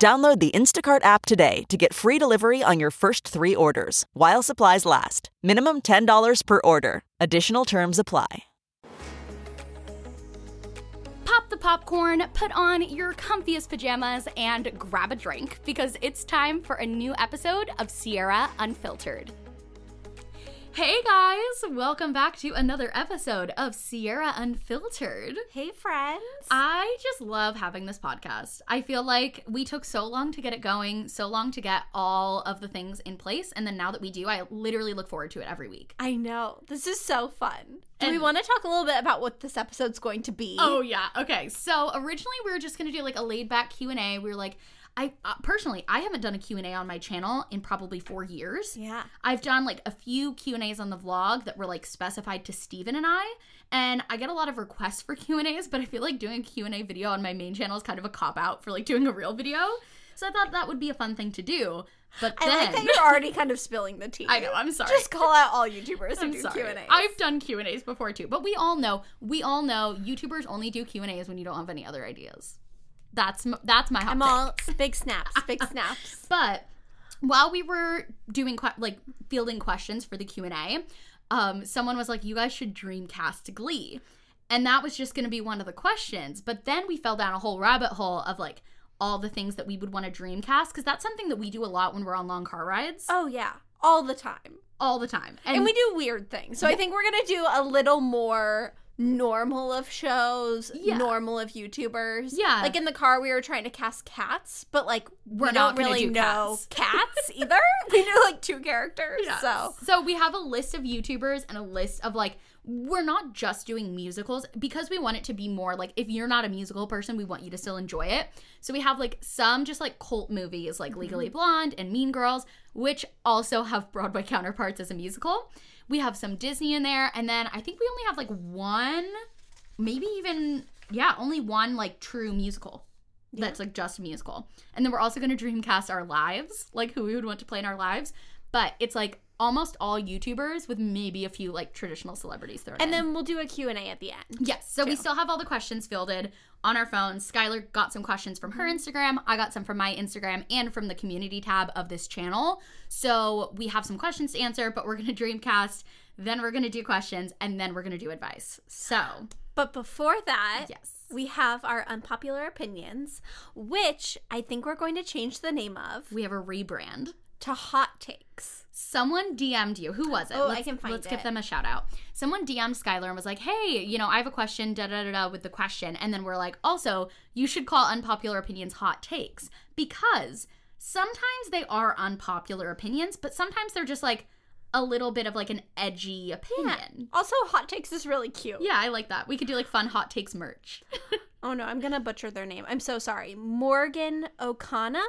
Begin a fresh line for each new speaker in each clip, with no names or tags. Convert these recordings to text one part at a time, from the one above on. Download the Instacart app today to get free delivery on your first three orders while supplies last. Minimum $10 per order. Additional terms apply.
Pop the popcorn, put on your comfiest pajamas, and grab a drink because it's time for a new episode of Sierra Unfiltered. Hey guys, welcome back to another episode of Sierra Unfiltered.
Hey, friends.
I just love having this podcast. I feel like we took so long to get it going, so long to get all of the things in place, and then now that we do, I literally look forward to it every week.
I know. This is so fun. Do we
And-
want to talk a little bit about what this episode's going to be?
Oh yeah. Okay. So originally we were just going to do like a laid back Q&A. We were like I uh, personally I haven't done a Q&A on my channel in probably 4 years.
Yeah.
I've done like a few Q&As on the vlog that were like specified to Steven and I and I get a lot of requests for Q&As but I feel like doing a Q&A video on my main channel is kind of a cop out for like doing a real video. So I thought that would be a fun thing to do. But
I
then
like that you're already kind of spilling the tea.
I know, I'm sorry.
Just call out all YouTubers who
I'm
do
sorry.
Q and A.
I've done Q and A's before too, but we all know we all know YouTubers only do Q and A's when you don't have any other ideas. That's m- that's my hot
I'm
take.
all big snaps, big snaps.
But while we were doing que- like fielding questions for the Q and A, um, someone was like, "You guys should dreamcast Glee," and that was just going to be one of the questions. But then we fell down a whole rabbit hole of like all the things that we would want to dreamcast because that's something that we do a lot when we're on long car rides
Oh yeah, all the time.
all the time,
And, we do weird things. So I think we're gonna do a little more normal of shows,
Yeah.
normal of YouTubers.
Yeah.
Like in the car, we were trying to cast cats, but like
We're
we
not
don't
gonna
really
do
know
cats.
cats either. we knew like two characters. So
So we have a list of YouTubers and a list of like we're not just doing musicals because we want it to be more like if you're not a musical person, we want you to still enjoy it. So we have like some just like cult movies like Legally Blonde and Mean Girls, which also have Broadway counterparts as a musical. We have some Disney in there, and then I think we only have like one, maybe even yeah, only one like true musical. That's like just a musical. And then we're also going to dreamcast our lives, like who we would want to play in our lives. But it's like almost all YouTubers with maybe a few like traditional celebrities thrown in.
and then we'll do a Q and A at the end.
Yes. So we still have all the questions fielded on our phones. Skylar got some questions from
Mm-hmm.
her Instagram. I got some from my Instagram and from the community tab of this channel. So we have some questions to answer, but we're going to dreamcast, then we're going to do questions, and then we're going to do advice. So,
But before that,
yes.
we have our unpopular opinions, which I think we're going to change the name of
We have a rebrand.
to hot takes.
Someone DM'd you. Who was it?
Oh, I
let's,
can find
Let's
it.
give them a shout out. Someone DM'd Skylar and was like, "Hey, you know, I have a question." Da da da da with the question, and then we're like, "Also, you should call unpopular opinions hot takes because sometimes they are unpopular opinions, but sometimes they're just like a little bit of like an edgy opinion."
Also, hot takes is really cute.
Yeah, I like that. We could do like fun hot takes merch.
Oh no, I'm gonna butcher their name. I'm so sorry. Morgan O'Connor.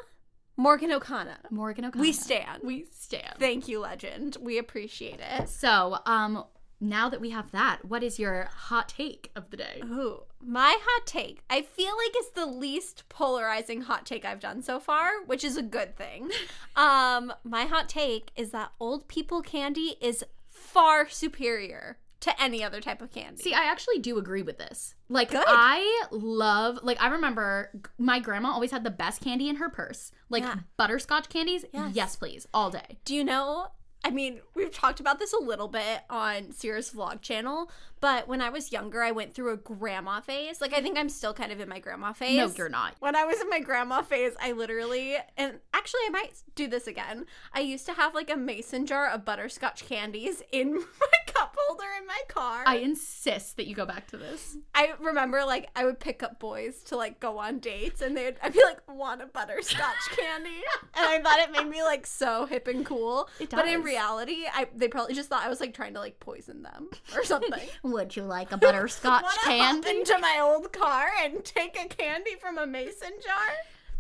Morgan O'Connor.
Morgan O'Connor.
We stand.
We stand.
Thank you, legend. We appreciate it.
so, um, now that we have that, what is your hot take of the day?
Ooh, my hot take. I feel like it's the least polarizing hot take I've done so far, which is a good thing. Um, my hot take is that old people candy is far superior to any other type of candy.
See, I actually do agree with this. Like,
Good.
I love, like, I remember g- my grandma always had the best candy in her purse. Like,
Yeah.
butterscotch candies, yes.
Yes.
please, all day.
Do you know I mean, we've talked about this a little bit on Sierra's vlog channel, but when I was younger, I went through a grandma phase. Like, I think I'm still kind of in my grandma phase.
No, you're not.
When I was in my grandma phase, I literally, and actually, I might do this again. I used to have like a mason jar of butterscotch candies in my cup holder in my car.
I insist that you go back to this.
I remember like I would pick up boys to like go on dates and they'd I'd be like want a butterscotch candy and I thought it made me like so hip and cool.
It
But in
does.
reality, I they probably just thought I was like trying to like poison them or something.
Would you like a butterscotch
Wanna hop
candy?
into my old car and take a candy from a mason jar.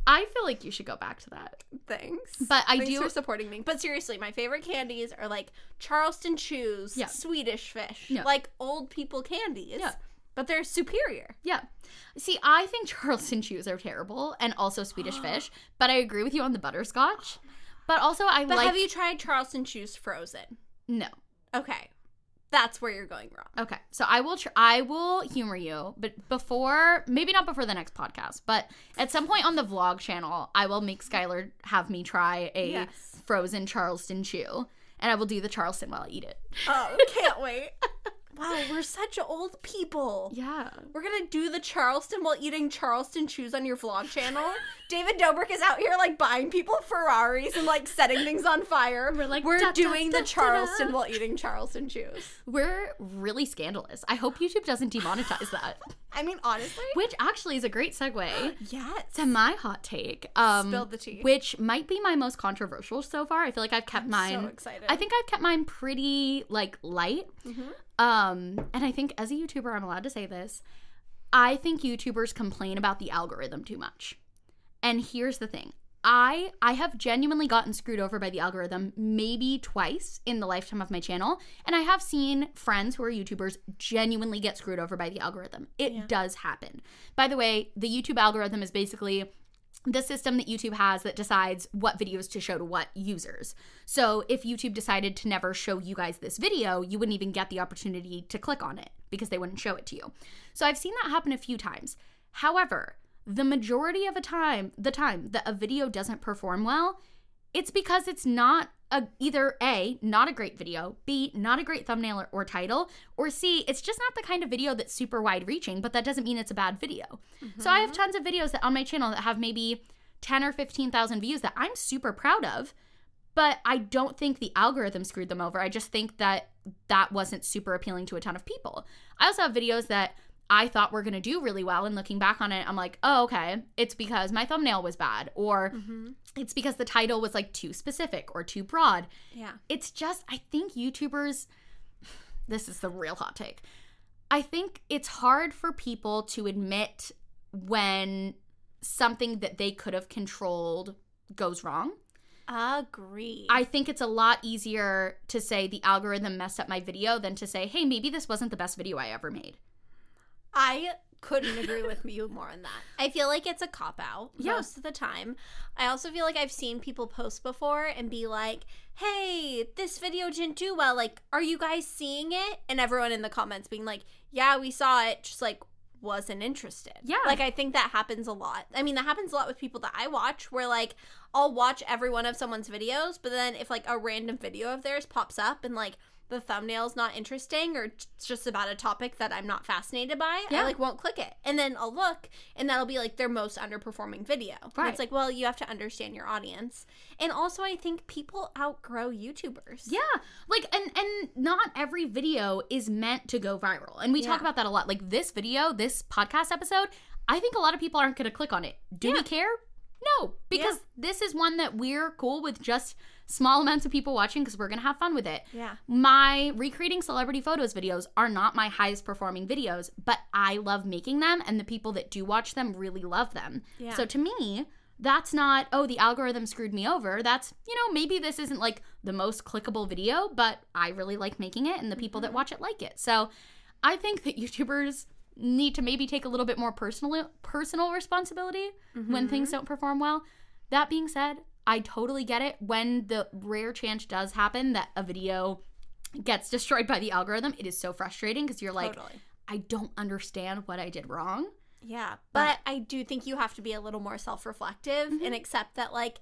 I feel like you should go back to that.
Thanks.
But I
Thanks
do-
for supporting me. But seriously, my favorite candies are like Charleston chews,
Yeah.
Swedish fish,
Yeah.
like old people candies.
Yeah.
But they're superior.
Yeah. See, I think Charleston chews are terrible and also Swedish fish, but I agree with you on the butterscotch. Oh But also, I
But
like.
have you tried Charleston Chews Frozen?
No.
Okay. That's where you're going wrong.
Okay. So I will. Tr- I will humor you, but before, maybe not before the next podcast, but at some point on the vlog channel, I will make Skylar have me try a
Yes.
frozen Charleston chew, and I will do the Charleston while I eat it.
Oh, can't wait. wow, we're such old people.
Yeah.
We're gonna do the Charleston while eating Charleston chews on your vlog channel. David Dobrik is out here like buying people Ferraris and like setting things on fire. We're
like,
we're
"Da, da,
doing
da,
the
da."
Charleston while eating Charleston chews.
We're really scandalous. I hope YouTube doesn't demonetize that,
I mean, honestly,
which actually is a great segue.
yes.
to my hot take. Um,
Spill the tea.
Which might be my most controversial so far. I feel like I've kept mine.
excited.
I think I've kept mine pretty like light. Um, and I think as a YouTuber, I'm allowed to say this. I think YouTubers complain about the algorithm too much. And here's the thing. I I have genuinely gotten screwed over by the algorithm maybe twice in the lifetime of my channel, and I have seen friends who are YouTubers genuinely get screwed over by the algorithm. It does happen. By the way, the YouTube algorithm is basically the system that YouTube has that decides what videos to show to what users. So if YouTube decided to never show you guys this video, you wouldn't even get the opportunity to click on it because they wouldn't show it to you. So I've seen that happen a few times. However, the majority of a time, the time that a video doesn't perform well, it's because it's not a, either A, not a great video, B, not a great thumbnail or, or title, or C, it's just not the kind of video that's super wide reaching, but that doesn't mean it's a bad video. So I have tons of videos that on my channel that have maybe 10 or 15,000 views that I'm super proud of, but I don't think the algorithm screwed them over. I just think that that wasn't super appealing to a ton of people. I also have videos that I thought were going to do really well and looking back on it, I'm like, "Oh, okay. It's because my thumbnail was bad or it's because the title was like too specific or too broad."
Yeah.
It's just I think YouTubers this is the real hot take. I think it's hard for people to admit when something that they could have controlled goes wrong.
Agree.
I think it's a lot easier to say the algorithm messed up my video than to say, hey, maybe this wasn't the best video I ever made.
I couldn't agree with you more on that. I feel like it's a cop out
Yeah.
most of the time. I also feel like I've seen people post before and be like, "Hey, this video didn't do well. Like, are you guys seeing it?" And everyone in the comments being like, "Yeah, we saw it." Just like wasn't interested.
Yeah.
Like I think that happens a lot. I mean, that happens a lot with people that I watch where like I'll watch every one of someone's videos, but then if like a random video of theirs pops up and like the thumbnail's not interesting or it's just about a topic that I'm not fascinated by, I
Yeah.
like won't click it. And then I'll look and that'll be like their most underperforming video. And
Right.
it's like, well, you have to understand your audience. And also I think people outgrow YouTubers.
Yeah. Like and and not every video is meant to go viral. And we talk
Yeah.
about that a lot. Like this video, this podcast episode, I think a lot of people aren't going to click on it. Do we care? No, because this is one that we're cool with just small amounts of people watching because we're going to have fun with it.
Yeah.
My recreating celebrity photos videos are not my highest performing videos, but I love making them and the people that do watch them really love them.
Yeah.
So to me, that's not, oh, the algorithm screwed me over. That's, you know, maybe this isn't like the most clickable video, but I really like making it and the people that watch it like it. So I think that YouTubers need to maybe take a little bit more personal personal responsibility when things don't perform well. That being said, I totally get it when the rare chance does happen that a video gets destroyed by the algorithm, it is so frustrating because you're like,
Totally.
I don't understand what I did wrong.
Yeah, but I do think you have to be a little more self reflective and accept that, like,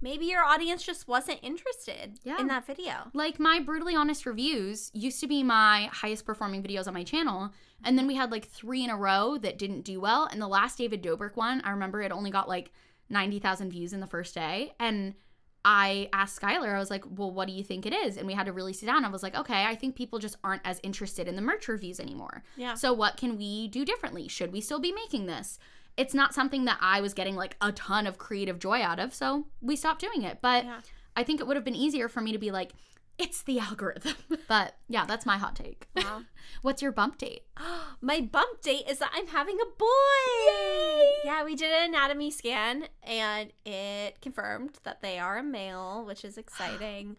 Maybe your audience just wasn't interested
Yeah.
in that video.
Like my brutally honest reviews used to be my highest performing videos on my channel, and then we had like three in a row that didn't do well. And the last David Dobrik one, I remember it only got like ninety thousand views in the first day, and I asked Skylar, I was like, "Well, what do you think it is?" And we had to really sit down. I was like, "Okay, I think people just aren't as interested in the merch reviews anymore.
Yeah.
So what can we do differently? Should we still be making this?" It's not something that I was getting like a ton of creative joy out of, so we stopped doing it. But
Yeah.
I think it would have been easier for me to be like, it's the algorithm. But yeah, that's my hot take.
Wow.
What's your bump date?
My bump date is that I'm having a boy. Yeah, we did an anatomy scan and it confirmed that they are a male, which is exciting.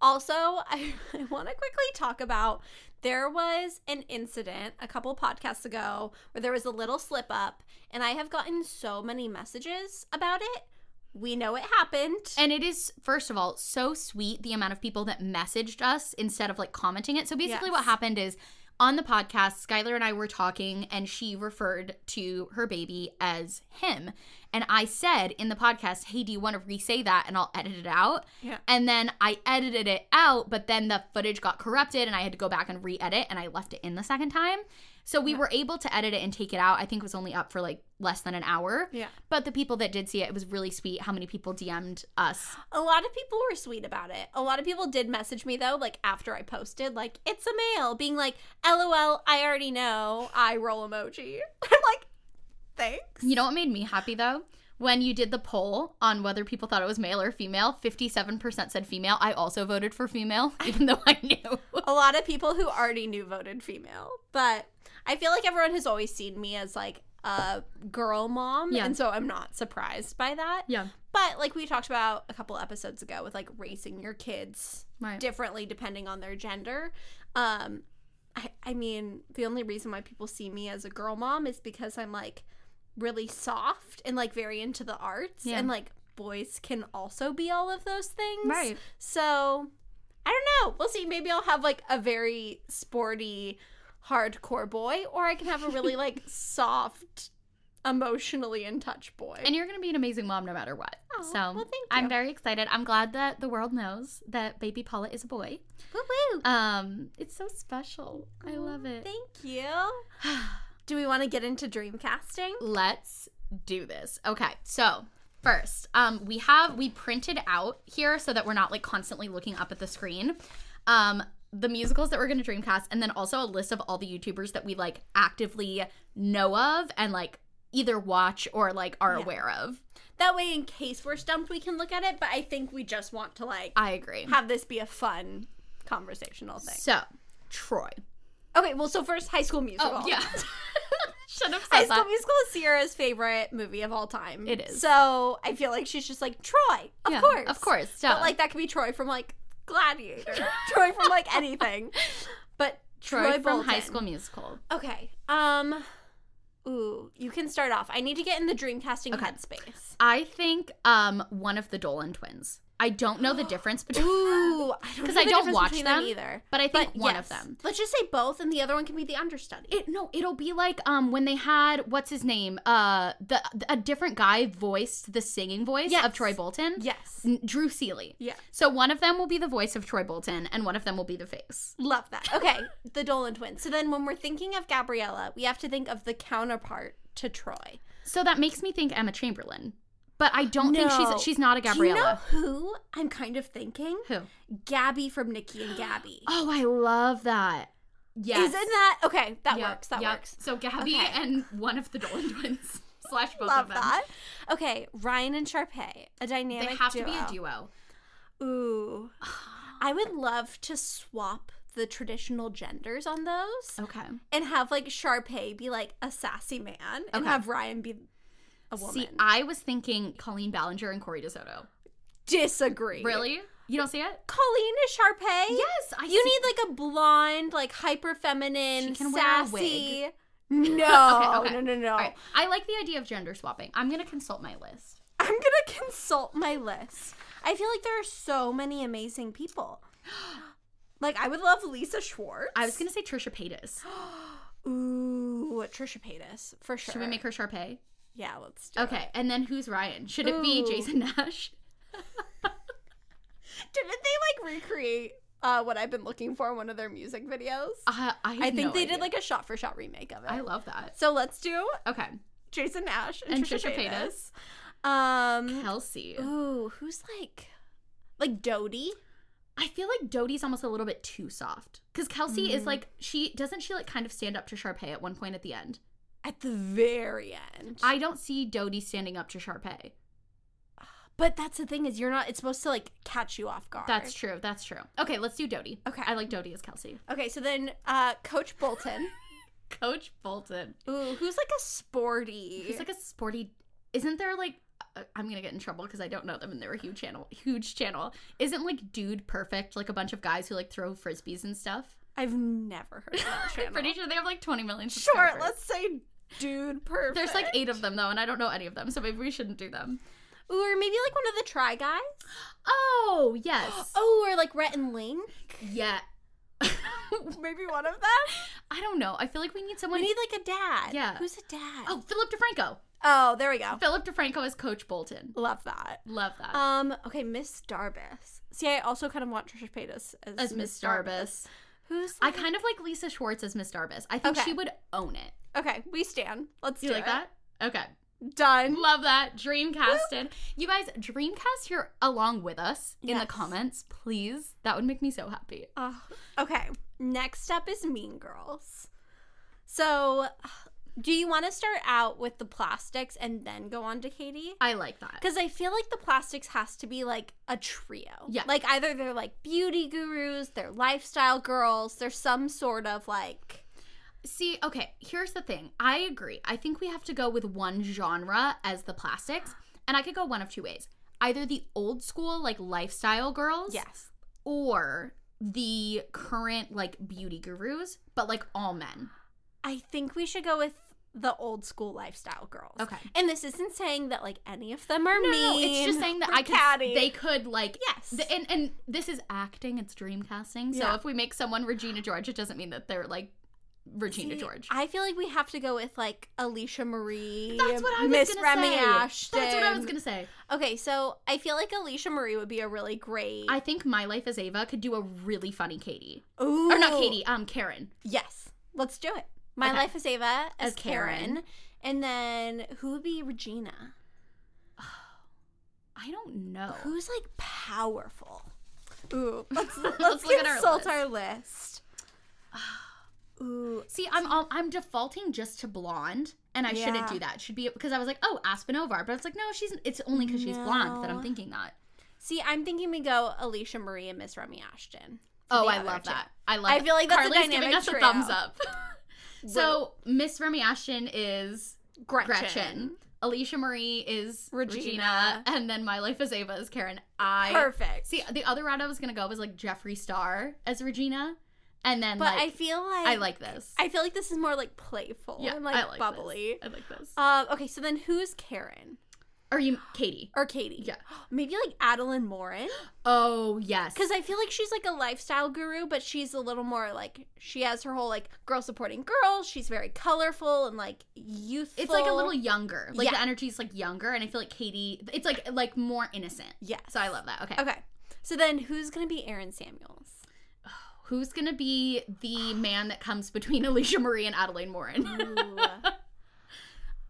also, I, I want to quickly talk about there was an incident a couple podcasts ago where there was a little slip up, and I have gotten so many messages about it. We know it happened.
And it is, first of all, so sweet the amount of people that messaged us instead of like commenting it. So basically, what
Yes.
happened is on the podcast, Skylar and I were talking, and she referred to her baby as him. And I said in the podcast, Hey, do you want to re say that? And I'll edit it out.
Yeah.
And then I edited it out, but then the footage got corrupted, and I had to go back and re edit, and I left it in the second time. So we were able to edit it and take it out. I think it was only up for like less than an hour.
Yeah.
But the people that did see it, it was really sweet how many people DM'd us.
A lot of people were sweet about it. A lot of people did message me though, like after I posted, like it's a male, being like, "LOL, I already know." I roll emoji. I'm like, thanks.
You know what made me happy though? When you did the poll on whether people thought it was male or female, 57% said female. I also voted for female, even though I knew.
A lot of people who already knew voted female, but I feel like everyone has always seen me as like a girl mom,
Yeah.
and so I'm not surprised by that.
Yeah.
But like we talked about a couple episodes ago with like raising your kids
Right.
differently depending on their gender. Um I, I mean, the only reason why people see me as a girl mom is because I'm like really soft and like very into the arts
Yeah.
and like boys can also be all of those things.
Right.
So I don't know. We'll see. Maybe I'll have like a very sporty hardcore boy or I can have a really like soft emotionally in touch boy.
And you're going to be an amazing mom no matter what.
Aw,
so
well, thank you.
I'm very excited. I'm glad that the world knows that baby Paula is a boy.
Woo woo.
Um, It's so special. I love it.
Thank you. Do we want to get into dream casting?
Let's do this. Okay, so first, um, we have we printed out here so that we're not like constantly looking up at the screen. Um, the musicals that we're gonna dreamcast, and then also a list of all the YouTubers that we like actively know of and like either watch or like are
Yeah.
aware of.
That way, in case we're stumped, we can look at it. But I think we just want to like
I agree.
have this be a fun conversational thing.
So Troy.
okay, well, so first, High School Musical.
Oh yeah. Should have
High
said
School
that.
Musical is Sierra's favorite movie of all time.
It is.
So I feel like she's just like Troy, of
Yeah,
course,
of course, duh.
But like that could be Troy from like Gladiator, Troy from like anything. But Troy,
Troy from High
Bolton.
School Musical.
Okay. Um. Ooh, you can start off. I need to get in the dreamcasting
Okay.
headspace.
I think um one of the Dolan twins. I don't know the difference between
Ooh, I don't
because
know
I
the
don't
difference
watch
between
them,
either.
But I think one
yes.
of them.
Let's just say both, and the other one can be the understudy.
It no, it'll be like um when they had what's his name uh the, a different guy voiced the singing voice
Yes.
of Troy Bolton.
yes.
N- Drew Seeley.
Yeah.
So one of them will be the voice of Troy Bolton, and one of them will be the face.
Love that. Okay, the Dolan twins. So then, when we're thinking of Gabriella, we have to think of the counterpart to Troy.
So that makes me think Emma Chamberlain, but I don't think she's she's not a Gabriella.
Do you know who I'm kind of thinking?
Who?
Gabby from Nikki and Gabby.
Oh, I love that. Yes.
Isn't that okay? That
Yep,
works. That
yep.
works.
So Gabby
Okay.
and one of the Dolan twins slash both
Love
of them.
that. Okay, Ryan and Sharpay,
They
a dynamic.
have to be a duo.
Ooh. I would love to swap the traditional genders on those
Okay.
and have like Sharpay be like a sassy man and
Okay.
have Ryan be a woman.
See, I was thinking Colleen Ballinger and Corey DeSoto.
disagree.
Really? You don't see it?
Colleen is Sharpay?
Yes, I
you
see-
need like a blonde, like hyper feminine,
She can wear a
sassy.
wig.
No,
Okay, okay.
oh, no, no, no.
All right. I like the idea of gender swapping. I'm going to consult my list.
I'm gonna consult my list. I feel like there are so many amazing people. Like I would love Lisa Schwartz.
I was going to say Trisha Paytas.
Ooh, Trisha Paytas for sure.
Should we make her Sharpay?
Yeah, let's do. it.
Okay. And then who's Ryan? Should it be
Ooh.
Jason Nash?
Didn't they like recreate uh, what I've been looking for in one of their music videos?
Uh, I,
I think they did like a shot for shot remake of it.
I love that.
So let's do
Okay,
Jason Nash and,
and
Trisha,
Trisha
Paytas.
Paytas,
Um,
Kelsey.
ooh, who's like, like Dodie?
I feel like Dodie's almost a little bit too soft because Kelsey
Mm.
is like she doesn't she like kind of stand up to Sharpay at one point at the end.
At the very end.
I don't see Dodie standing up to Sharpay.
but that's the thing is you're not. It's supposed to like catch you off guard.
That's true. That's true. Okay, let's do Dodie.
Okay.
I like Dodie as Kelsey.
Okay, so then uh, Coach Bolton.
Coach Bolton.
ooh, who's like a sporty?
He's like a sporty. Isn't there like uh, I'm gonna get in trouble because I don't know them and they're a huge channel. Huge channel. Isn't like Dude Perfect like a bunch of guys who like throw frisbees and stuff?
I've never heard of that
I'm
channel.
pretty sure they have like 20 million.
Sure,
subscribers.
let's say dude perfect.
There's like eight of them though, and I don't know any of them, so maybe we shouldn't do them.
Ooh, or maybe like one of the Try Guys.
Oh yes.
Oh, or like Rhett and Link.
Yeah.
Maybe one of them.
I don't know. I feel like we need
We
someone.
need like a dad.
Yeah.
Who's a dad?
oh, Philip DeFranco.
oh there we go.
Philip DeFranco is Coach Bolton.
Love that.
Love that.
Um, okay, Miss Darbus. See, I also kind of want Trisha Paytas as,
as Miss Darbus.
Who's
I
like-
kind of like Lisa Schwartz as Miss Darbus. I think
Okay.
she would own it.
Okay, we stand. Let's
Do you
do
like
it.
that? Okay.
Done.
Love that. Dreamcasted. You guys, dreamcast here along with us in the
Yes.
comments, please. That would make me so happy.
Oh, okay. Next up is Mean Girls. So, do you want to start out with the plastics and then go on to Katie?
I like that.
Because I feel like the plastics has to be like a trio.
Yeah.
Like either they're like beauty gurus, they're lifestyle girls, they're some sort of like.
See, okay, here's the thing. I agree. I think we have to go with one genre as the plastics, and I could go one of two ways. Either the old school like lifestyle girls
Yes.
or the current like beauty gurus, but like all men.
I think we should go with the old school lifestyle girls.
Okay.
And this isn't saying that like any of them are
No,
mean.
no, it's just saying that
or
I could
catty.
they could like
Yes.
th- and and this is acting, it's dreamcasting. So
Yeah.
if we make someone Regina George, it doesn't mean that they're like Regina
See,
George.
I feel like we have to go with like Alicia Marie.
That's what I was
Miss
gonna
Remy
say.
Ashton.
That's what I was gonna say.
Okay, so I feel like Alicia Marie would be a really great.
I think My Life as Ava could do a really funny Katie.
Ooh.
Or not Katie, um, Karen.
Yes, let's do it. My
Okay.
life as Ava as
As
Karen.
Karen.
and then who would be Regina?
I don't know.
Who's like powerful? Ooh, let's, let's,
Let's look at our
consult
list.
our list. Ooh,
See, I'm all, I'm defaulting just to blonde, and I shouldn't
Yeah.
do that. Should be because I was like, oh, Aspen Ovar, but it's like, no, she's. It's only because she's blonde that
No.
I'm thinking that.
see, I'm thinking we go Alicia Marie and Miss Remy Ashton. for
Oh,
the
I
other
love
two.
that. I love.
I
it.
feel like that's a
Carly's giving
dynamic
us
trio.
a thumbs up. so Miss Remy Ashton is
Gretchen.
Gretchen. Alicia Marie is
Regina.
Regina. and then My Life as Ava is Karen. I
Perfect.
see the other route I was gonna go was like Jeffree Star as Regina, and then
but
like,
I feel like
I like this.
I feel like this is more like playful
yeah,
and like,
I like this.
bubbly.
I like this.
Um, okay, so then who's Karen
Are you Katie?
or Katie?
Yeah.
maybe like Adeline Morin
Oh yes,
because I feel like she's like a lifestyle guru, but she's a little more like she has her whole like girl supporting girls. She's very colorful and like youthful.
it's like a little younger. Like
Yeah.
the energy's like younger, and I feel like Katie. It's like like more innocent.
Yes.
So I love that. Okay.
Okay, so then who's gonna be Aaron Samuels?
Who's gonna be the man that comes between Alicia Marie and Adeline Morin?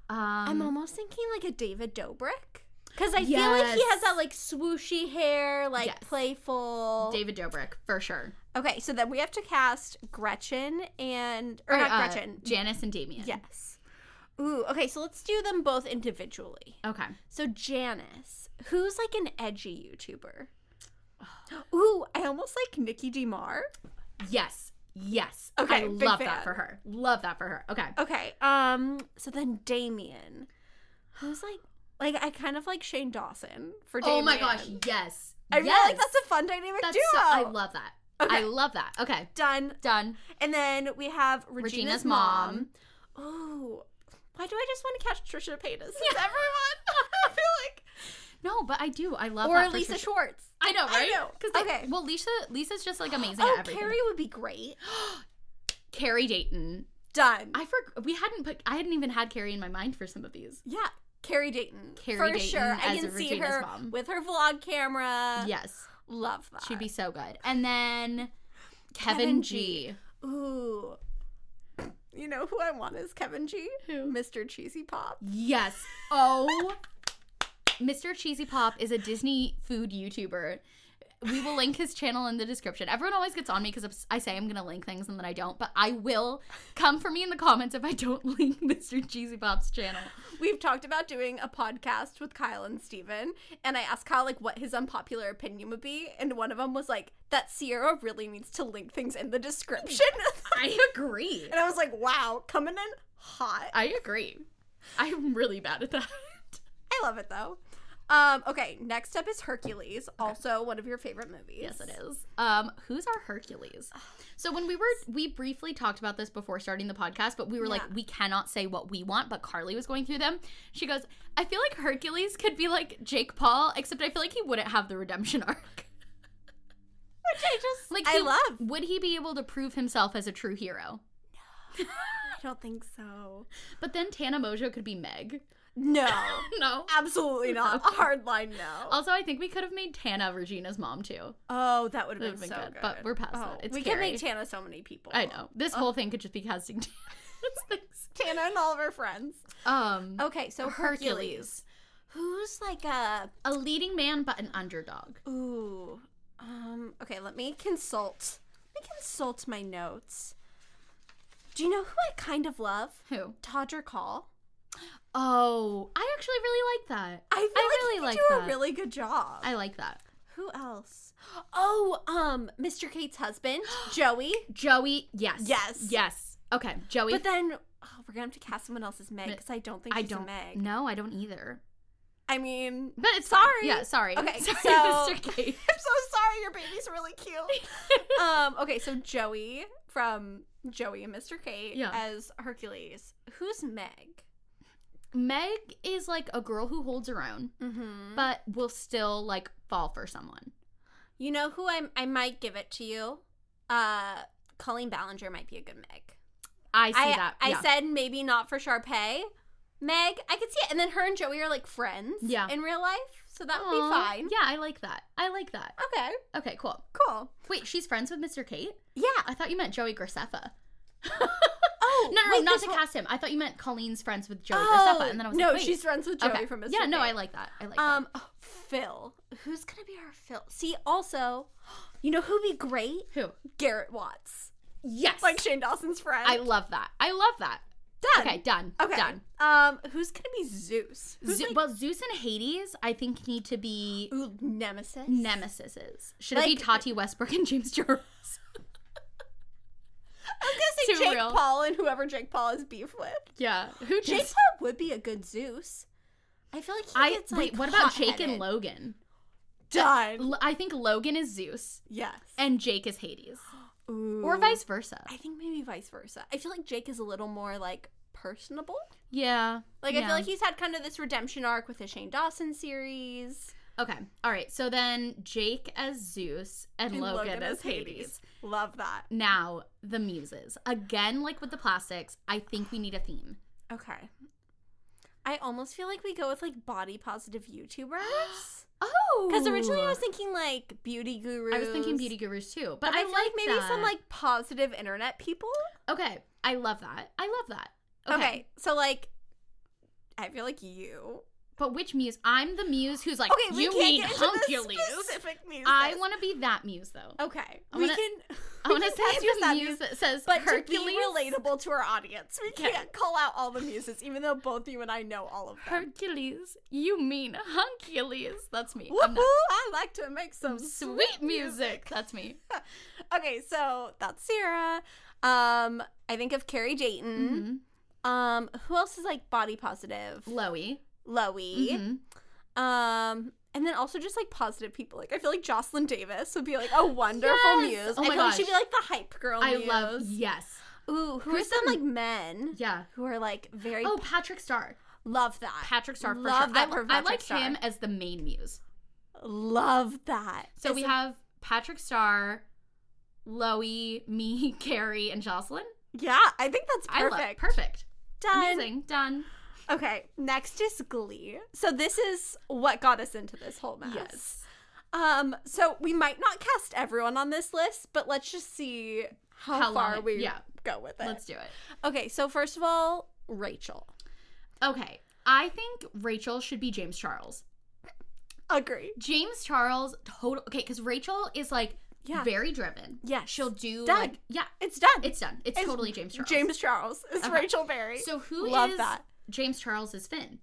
I'm
um,
almost thinking like a David Dobrik. Because I feel like he
Yes.
has that like swooshy hair, like
Yes.
playful.
David Dobrik for sure.
Okay, so then we have to cast Gretchen and or, not
uh,
Gretchen.
Janice and Damien.
yes. Ooh, okay, so let's do them both individually.
Okay.
So Janice, who's like an edgy YouTuber? Ooh, I almost like Nikki DeMar.
Yes. Yes.
Okay,
I
big
love
fan.
that for her. Love that for her. Okay.
Okay, um, so then Damien, who's like like I kind of like Shane Dawson for Damien.
Oh my gosh. Yes.
I
yes.
feel like that's a fun dynamic
That's
duo.
so- I love that. I
Okay.
love that. Okay.
Done.
Done.
And then we have Regina's,
Regina's
mom. Ooh. Why do I just want to catch Trisha Paytas? Is everyone? I feel like
No, but I do. I love
or
that for
Lisa
Trisha.
Schwartz.
I know,
I
right?
know.
they-
Okay.
Well, Lisa Lisa's just like amazing
Oh,
at everything.
Carrie would be great.
Carrie Dayton.
Done.
I for we hadn't put I hadn't even had Carrie in my mind for some of these.
yeah, Carrie Dayton.
Carrie
for
Dayton
sure. I
as
can see
Regina's
her
mom.
with her vlog camera.
yes.
Love that.
She'd be so good. And then Kevin,
Kevin
G.
G. Ooh. You know who I want is Kevin G? Who? Mr. Cheesy Pop.
Yes. Oh. Mr. Cheesy Pop is a Disney food YouTuber. We will link his channel in the description. Everyone always gets on me because I say I'm going to link things and then I don't, but I will. Come for me in the comments if I don't link Mr. Cheesy Pop's channel.
We've talked about doing a podcast with Kyle and Steven, and I asked Kyle like what his unpopular opinion would be, and one of them was like that Sierra really needs to link things in the description.
I agree.
and I was like, wow, coming in hot.
I agree. I'm really bad at that.
I love it though. Um, okay, next up is Hercules, also one of your favorite movies.
Yes, it is. Um, who's our Hercules? So when we were we briefly talked about this before starting the podcast, but we were like,
Yeah.
we cannot say what we want, but Carly was going through them. She goes, I feel like Hercules could be like Jake Paul, except I feel like he wouldn't have the redemption arc. Which I just like
I
he-
love.
Would he be able to prove himself as a true hero?
I don't think so.
But then Tana Mojo could be Meg.
No,
No.
absolutely not. A hard line no.
Also, I think we could have made Tana Regina's mom too.
Oh, that would have
Would've
been,
been
so
good,
good. Oh,
but we're past that. It's
we can
Carrie.
make Tana so many people.
I know. This whole thing could just be casting Tana's things.
Tana and all of her friends.
Um
Okay, so
Hercules.
Hercules. Who's like a
a leading man but an underdog.
ooh? Um. Okay, let me consult. Let me consult my notes. Do you know who I kind of love?
Who?
Todger Call.
Oh, I actually really like that.
I feel
really
like
like
he could do
that.
a really good job.
I like that.
who else? Oh, um, Mr. Kate's husband, Joey.
Joey, yes.
Yes.
Yes. Okay, Joey.
But then oh, we're gonna have to cast someone else's Meg
Mi-
because I don't think
I
she's a
don't
Meg.
No, I don't either.
I mean,
But it's fine.
sorry.
Yeah, sorry.
Okay,
sorry,
so
Mr. Kate.
I'm so sorry. Your baby's really cute. um. Okay, so Joey from Joey and Mr. Kate
Yeah.
as Hercules. Who's Meg?
Meg is like a girl who holds her own,
Mm-hmm.
but will still like fall for someone.
You know who I I might give it to you. Uh, Colleen Ballinger might be a good Meg.
I see that.
I
yeah.
said maybe not for Sharpay. Meg, I could see it. And then her and Joey are like friends.
Yeah.
In real life, so that would be
Aw,
fine. Oh.
Yeah, I like that. I like that.
Okay.
Okay, cool.
Cool.
Wait, she's friends with Mr. Kate?
Yeah.
I thought you meant Joey Graceffa.
Oh
No, no,
wait,
not
this
to
one-
cast him. I thought you meant Colleen's friends with Joey
Oh,
Graceffa, and then I was
no,
like, wait.
she's friends with Joey from Mr.
Yeah, no,
Big.
I like that. I like
Um, oh, Phil. Who's gonna be our Phil? See, also, you know who'd be great?
that. Who?
Garrett Watts,
Yes,
like Shane Dawson's friend.
I love that. I love that.
Done.
Okay, done.
Okay.
done.
Um, who's gonna be Zeus? Who's
Ze- well, Zeus and Hades, I think, need to be
ooh, nemesis?
nemesises. Should it be
Like-
Tati Westbrook and James Charles?
I was gonna say Jake
Surreal.
Paul and whoever Jake Paul is beef with.
yeah. Who?
Jake
just-
Paul would be a good Zeus. I feel like he
I
gets,
wait.
like,
What about Jake
hot-headed.
and Logan?
Done.
L- I think Logan is Zeus
Yes.
and Jake is Hades,
Ooh.
or vice versa.
I think maybe vice versa. I feel like Jake is a little more like personable.
Yeah.
Like I
yeah.
feel like he's had kind of this redemption arc with his Shane Dawson series.
Okay. All right. So then Jake as Zeus and,
And
Logan, as Hades.
Love that.
Now, the muses. Again, like with the plastics, I think we need a theme.
Okay. I almost feel like we go with like body positive YouTubers.
Oh.
Because originally I was thinking like beauty gurus.
I was thinking beauty gurus too, but,
But I,
I,
feel
like
like maybe some
that.
like positive internet people.
Okay, I love that. I love that.
Okay. So like I feel like you.
But which muse? I'm the muse who's like
Okay, we
you
can't
mean
get into the
Hunculus.
specific muses.
I want to be that muse though.
Okay.
I
we
wanna-
can
I
we
want to
can
say
pass you
the
that
muse
music,
that says
But
Hercules.
to be relatable to our audience, we
Okay.
can't call out all the muses, even though both you and I know all of them.
Hercules, you mean Hunculus. That's me.
Woohoo!
I'm not-
I like to make some
Sweet music. That's me.
Okay, so that's Sarah. Um, I think of Carrie Dayton.
Mm-hmm.
Um, who else is like body positive?
Loey.
Loey.
Mhm.
Um, and then also just like positive people. Like I feel like Jocelyn Davis would be like a wonderful
Yes!
muse.
Oh
I
my
feel like she'd
gosh.
be like the hype girl.
I
muse.
love. Yes.
Ooh, who are
Who's
some
the-
like men?
Yeah.
who are like very
Oh, Patrick Starr.
love that
Patrick Starr for
love
sure.
that
I,
for
I
Patrick
like
Starr.
him as the main muse.
love that
So we
Is-
have Patrick Starr, Loey, me, Carrie, and Jocelyn.
yeah I think that's perfect
I love perfect.
done
Amazing. Done.
okay next is Glee so this is what got us into this whole mess Um, so we might not cast everyone on this list, but let's just see how,
How
far
long-
we
yeah.
go with it.
Let's do it.
Okay, so first of all, Rachel.
Okay. I think Rachel should be James Charles.
Agree.
James Charles total okay, because Rachel is like
Yeah.
very driven.
Yes.
She'll do
Done.
like yeah.
It's done.
It's done. It's, totally James Charles.
James Charles. It's
Okay.
Rachel Berry.
So who is
Love that.
James Charles is Finn.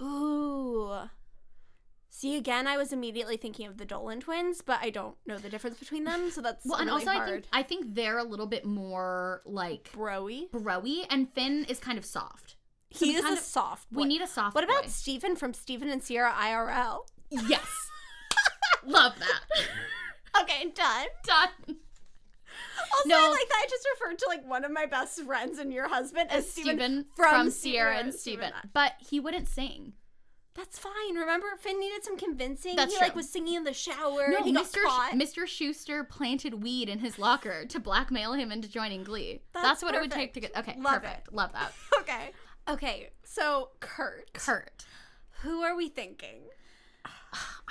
Ooh. See again, I was immediately thinking of the Dolan twins, but I don't know the difference between them, so that's
Well, and
really
also I think
hard.
I think they're a little bit more like
Broy.
broy, and Finn is kind of soft. So
He
we
is
kind
a
of-
soft.
we
boy.
need a soft
What about
boy.
Stephen from Stephen and Sierra IRL?
Yes. Love that.
Okay, done.
Done.
Also, I
No.
like that I just referred to like one of my best friends and your husband as, Stephen,
Steven
from,
from Sierra and Steven.
Stephen.
But he wouldn't sing.
That's fine. Remember, Finn needed some convincing.
That's
he like
true.
was singing in the shower
No,
and he
Mr.
got caught.
Sh- Mr. Schuster planted weed in his locker to blackmail him into joining Glee. That's,
That's
what it would take to get. Okay,
Love
perfect. Love that.
okay, okay. So Kurt,
Kurt.
who are we thinking?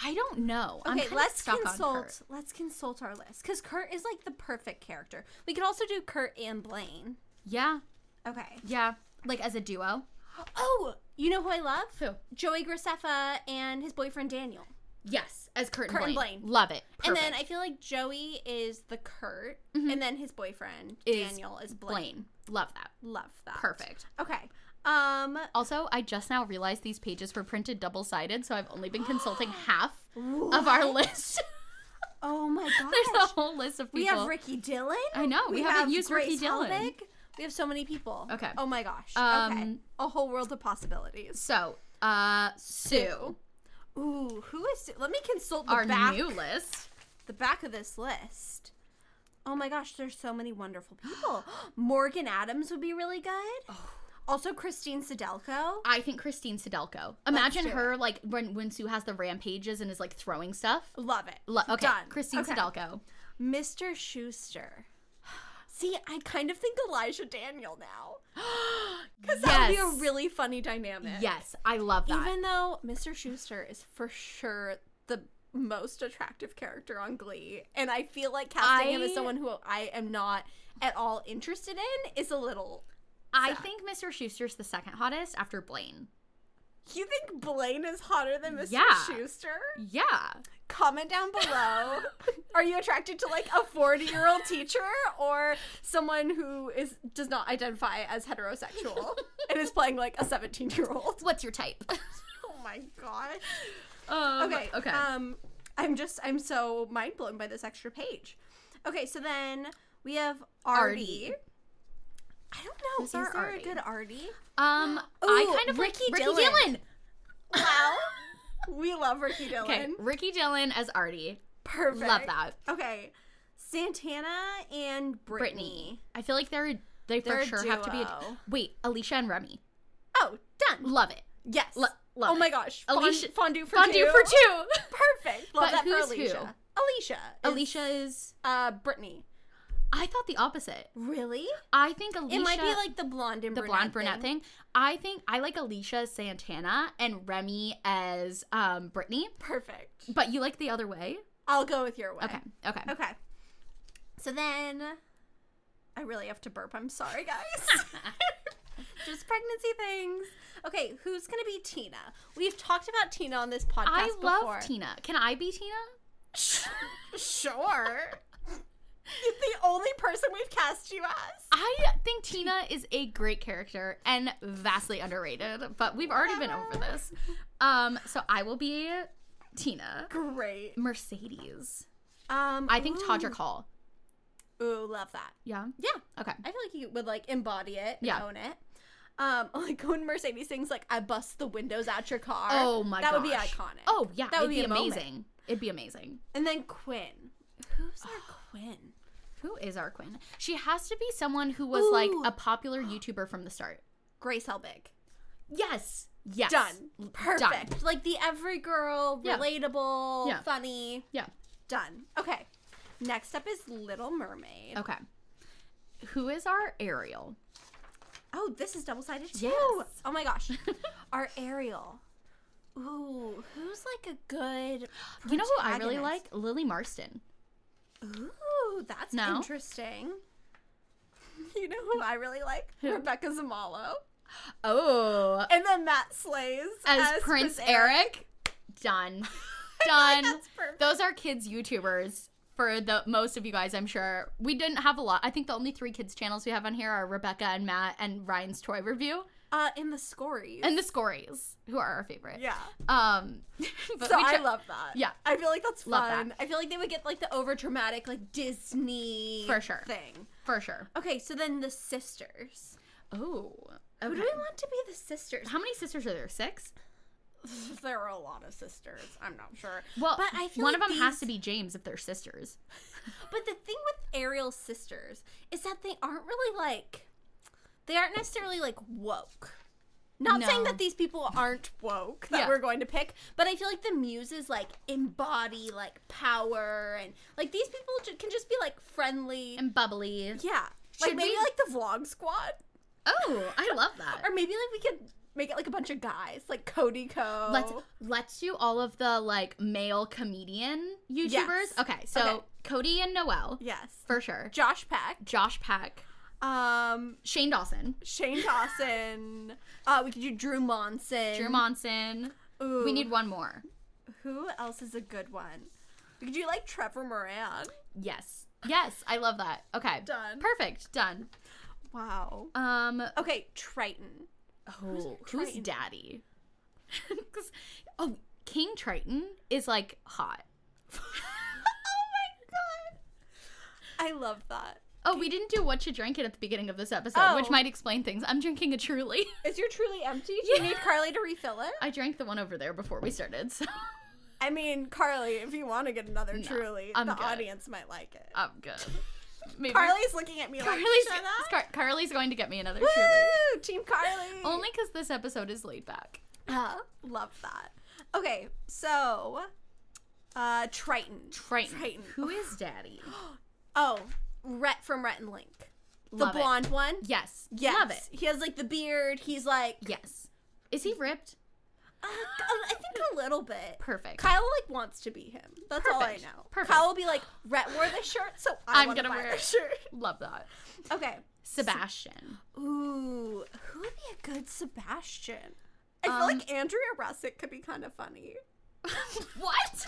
I don't know. I'm
Okay,
kinda
let's
stuck On
consult.
Kurt.
Let's consult our list because Kurt is like the perfect character. We could also do Kurt and Blaine.
Yeah,
Okay.
yeah. Like as a duo.
Oh, you know who I love?
Who?
Joey Graceffa and his boyfriend Daniel.
Yes, as Kurt,
Kurt
and
and
Blaine.
Blaine.
Love it.
And then
Perfect.
I
Mm-hmm.
feel like Joey is the Kurt, and then his boyfriend
Is
Daniel is Blaine.
Blaine. Love that.
Love that.
Perfect.
Okay. Um.
Also, I just now realized these pages were printed double sided, so I've only been consulting half of our list.
Oh my gosh.
There's a whole list of people.
we have Ricky Dillon.
I know, we haven't used Ricky Dillon.
We have so many people.
Okay.
Oh my gosh. okay.
Um,
A whole world of possibilities.
So, uh, Sue,
Ooh, who is? Let me consult the
our
back.
new list.
the back of this list. Oh my gosh, there's so many wonderful people. Morgan Adams would be really good. Also, Christine Sedelko.
Oh. I think Christine Sedelko. Imagine her like when when Sue has the rampages and is like throwing stuff.
Love it.
Lo- okay,
Done.
Christine
Okay.
Sedelko.
Mr. Schuster. See, I kind of think Elijah Daniel now. Because that would be
Yes.
a really funny dynamic.
Yes, I love that.
Even though Mr. Schuster is for sure the most attractive character on Glee, and I feel like casting him
I-
as someone who I am not at all interested in is a little.
I think Mr. Schuster's the second hottest after Blaine.
You think Blaine is hotter than Mr.
Yeah.
Schuster?
Yeah.
Comment down below. Are you attracted to like a 40 year old teacher or someone who is does not identify as heterosexual and is playing like a 17 year old?
What's your type?
Oh my gosh.
um,
okay.
Okay.
Um, I'm just I'm so mind blown by this extra page. Okay, so then we have Artie.
Artie.
I don't know.
Who's our
is there
Artie?
a good Artie?
um, I
Ooh,
kind of
Ricky
like Ricky
Dillon.
Dillon.
Wow. we love Ricky Dillon.
Okay, Ricky Dillon as Artie.
Perfect.
Love that.
Okay. Santana and Brittany.
Brittany. I feel like they're they for
They're a
sure have to be. A,
duo.
wait, Alicia and Remy.
Oh, done.
Love it.
yes.
lo- love
oh my
it.
gosh.
Alicia-
Fond- fondue for
Fondue
two.
for two.
Perfect.
But
Love that
who's
for
who?
Alicia. Alicia. is,
Alicia is.
Uh, Brittany.
I thought the opposite.
Really?
I think Alicia.
it might be like the blonde and
the
brunette
blonde brunette thing. I think I like Alicia Santana and Remy as um Brittany.
Perfect.
But you like the other way?
I'll go with your way.
Okay. Okay.
Okay. So then I really have to burp. I'm sorry, guys. Just pregnancy things. Okay, who's going to be Tina? We've talked about Tina on this podcast
I love
before.
Tina. Can I be Tina?
Sure. You're the only person we've cast you as.
I think Tina is a great character and vastly underrated, but we've already been over this. Um so I will be Tina.
Great.
Mercedes.
Um
I think
ooh.
Todrick Hall.
Ooh, love that.
Yeah.
Yeah.
Okay.
I feel like you would like embody it and
Yeah.
own it. Um, like when Mercedes sings like I bust the windows out your car.
Oh my
That
gosh.
would be iconic.
Oh yeah.
That would
It'd be,
be, a moment.
amazing. It'd be amazing.
And then Quinn. Who's our Quinn?
Who is our Quinn? She has to be someone who was like
Ooh.
a popular YouTuber from the start.
Grace Helbig.
Yes. Yes.
Done.
L-
Perfect.
done.
Like the every girl,
Yeah.
relatable,
Yeah.
funny.
Yeah.
Done. Okay. Next up is Little Mermaid.
Okay. Who is our Ariel?
Oh, this is double sided too.
Yes.
Oh my gosh. our Ariel. Ooh, who's like a good?
You know who I really like?
protagonist?
Lily Marston.
Ooh, that's
No?
interesting. You know who I really like? Rebecca Zamalo,
Oh,
and then Matt Slays
as, Prince Eric. Done. Done. Those are kids YouTubers for the most of you guys, I'm sure. We didn't have a lot. I think the only three kids channels we have on here are Rebecca and Matt and Ryan's Toy Review
Uh, in the Scories.
and the Scories, who are our favorite.
yeah.
Um but
So
we
I
tr-
love that.
Yeah.
I feel like that's
Love that.
fun. I feel like they would get like the over dramatic like Disney
For sure.
thing.
for sure.
Okay, so then the sisters.
Oh.
Who
Okay.
do we want to be the sisters?
How many sisters are there? Six?
There are a lot of sisters. I'm not sure.
Well,
but I feel
one
like
of them has
these-
to be James if they're sisters.
But the thing with Ariel's sisters is that they aren't really like they aren't necessarily like woke. Not saying
No.
that these people aren't woke that
Yeah.
we're going to pick, but I feel like the muses like embody like power and like these people ju- can just be like friendly.
And bubbly.
yeah, like
Should
maybe
we-
like the vlog squad,
Oh, I love that.
or maybe like we could make it like a bunch of guys, like Cody Co.
let's let's do all of the like male comedian YouTubers.
Yes.
Okay, so
Okay.
Cody and Noel.
yes,
For sure.
Josh Peck,
Josh Peck.
um,
Shane Dawson.
Shane Dawson. uh, we could do Drew Monson.
Drew Monson.
Ooh.
We need one more.
Who else is a good one? Could you like Trevor Moran?
Yes. Yes, I love that. Okay.
Done.
Perfect. Done.
Wow.
Um
Okay, Triton.
who's,
Oh, Triton?
daddy? 'Cause- oh, King Triton is like hot. Oh
I love that.
Oh, we didn't do what you drank it at the beginning of this episode, which
Oh.
might explain things. I'm drinking a truly.
Is your truly empty? Do you need Carly to refill it?
I drank the one over there before we started, so
I mean, Carly, if you want to get another truly,
I'm
the
good.
audience might like it.
I'm good. Maybe
Carly's looking at me
Carly's,
like, shut up.
Car- Carly's going to get me another truly.
Woo! Team Carly.
Only because this episode is laid back.
Uh, love that. Okay, so uh Triton.
Triton.
Triton.
Who is daddy?
Oh, Rhett from Rhett and Link. The
Love it.
blonde one.
Yes.
Yes.
Love it.
He has like the beard. He's like
Yes. Is he ripped?
Uh, I think a little bit.
Perfect.
Kyle like wants to be him. That's all I
Perfect.
know.
Perfect.
Kyle will be like, Rhett wore this shirt, so I
I'm
am
gonna
gonna buy
wear
wear
it."
this shirt.
Love that.
Okay.
Sebastian.
Ooh, who would be a good Sebastian? I feel like Andrea Russick could be kind of funny.
what?
Cause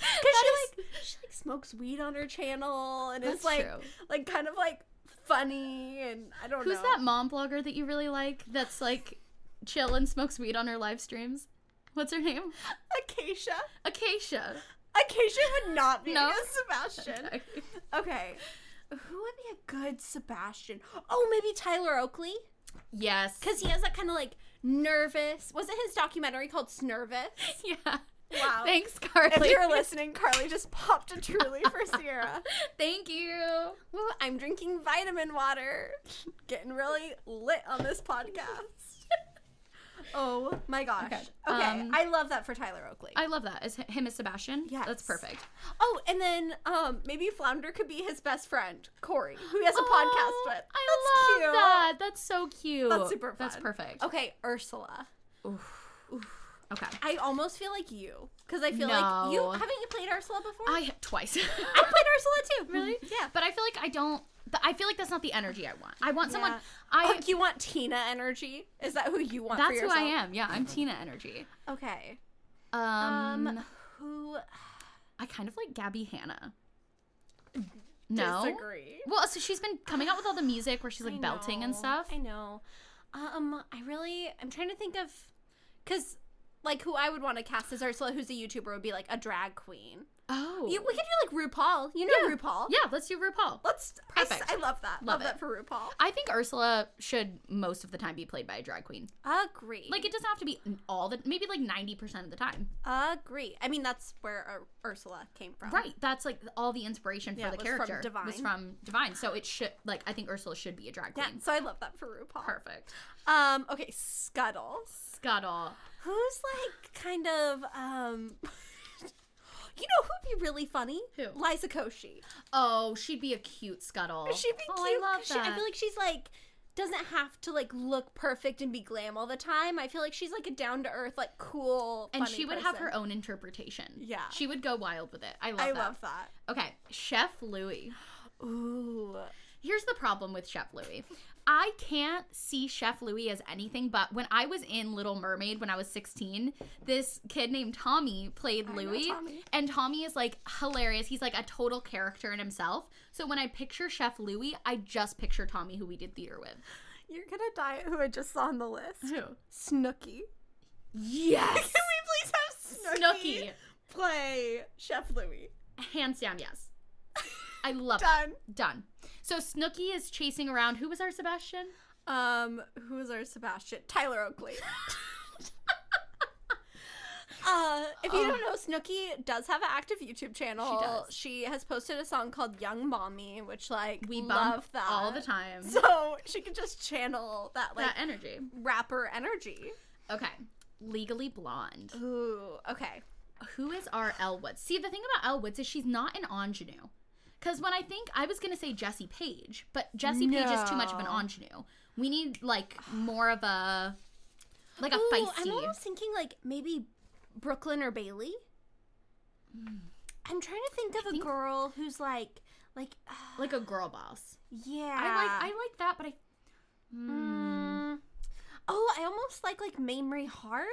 she like she like smokes weed on her channel and
That's
it's like
true.
like kind of like funny and I don't
Who's
know.
that mom blogger that you really like that's like chill and smokes weed on her live streams? What's her name?
Acacia.
Acacia.
Acacia would not be
No?
a Sebastian.
Okay.
Okay. Who would be a good Sebastian? Oh, maybe Tyler Oakley?
Yes.
Because he has that kind of like nervous. Wasn't his documentary called Snervous?
yeah.
Wow.
Thanks, Carly.
If you're listening, Carly just popped a truly for Sierra.
Thank you.
Woo, I'm drinking vitamin water. Getting really lit on this podcast. Oh my gosh. Okay.
um,
I love that for Tyler Oakley.
I love that. Is h- him as Sebastian? That's
Yes.
perfect.
oh, and then um maybe Flounder could be his best friend, Corey, who he has a
Oh,
podcast with.
I
That's
love
cute.
that. That's so cute.
That's super fun.
That's perfect.
Okay, Ursula.
Okay.
I almost feel like you because I feel like you
No.
haven't you played Ursula before?
I twice.
I played Ursula too. Really? Yeah.
but I feel like I don't. But I feel like that's not the energy I want. I want someone.
Yeah.
I.
like you want Tina energy? Is that who you want? for
that's who I
yourself?
am. Yeah, I'm Tina energy.
Okay.
Um,
Um, who
I kind of like Gabby Hanna. No.
disagree?
Well, so she's been coming out with all the music where she's like
I
belting and
know,
stuff.
I know. Um, I really, I'm trying to think of, cause like who I would want to cast as Ursula, who's a YouTuber, would be like a drag queen.
Oh.
You, we could do like RuPaul. You know RuPaul.
yeah, let's do RuPaul.
Let's. I s-
Perfect.
I, love that.
Love
Love,
it.
that for RuPaul.
I think Ursula should most of the time be played by a drag queen.
Agree.
Like it doesn't have to be all the maybe like ninety percent of the time.
Agree. I mean, that's where Ur- Ursula came from.
Right. That's like all the inspiration for
Yeah,
the
it was from
character was
Divine.
from Divine. So it should like I think Ursula should be a drag
Yeah.
queen.
So I love that for RuPaul.
Perfect.
Um. Okay. Scuttles.
Scuttle.
Who's like kind of um. you know who'd be really funny?
Who?
Liza Koshy.
Oh, she'd be a cute Scuttle.
She'd be
oh,
cute.
I love
'cause she-
that.
I feel like she's like doesn't have to like look perfect and be glam all the time. I feel like she's like a down to earth, like cool,
and
funny
she would have
person.
her own interpretation.
Yeah.
She would go wild with it. I love
I
that.
love that.
Okay, Chef Louis.
Ooh,
Here's the problem with Chef Louis. I can't see Chef Louis as anything but when I was in Little Mermaid when I was 16, this kid named Tommy played Louis.
Tommy.
And Tommy is like hilarious. He's like a total character in himself. So when I picture Chef Louis, I just picture Tommy who we did theater with.
you're gonna die. at Who I just saw on the list?
Who?
Snooky.
Yes.
Can we please have Snooky,
Snooki.
play Chef Louis?
Hands down, yes. I love
Done.
it. Done. So Snooky is chasing around. Who was our Sebastian?
Um, who's our Sebastian? Tyler Oakley. Uh, if you don't know, Snooki does have an active YouTube channel.
She does.
She has posted a song called "Young Mommy," which like
We bump
love that
all the time.
So she can just channel that like
that energy.
rapper energy.
Okay. Legally Blonde.
Ooh, okay.
Who is our Elle Woods? See, the thing about Elle Woods is she's not an ingenue. Because when I think, I was going to say Jesse Page, but Jesse Page is too much of an
No.
ingenue. We need, like, more of a, like a
Ooh, I'm
feisty.
almost thinking like maybe Brooklyn or Bailey. I'm trying to Hmm. think of a
think-
girl who's like, like, uh,
like a girl boss.
yeah.
I like I like that, but I
Mm. Oh, I almost like like Mamrie Hart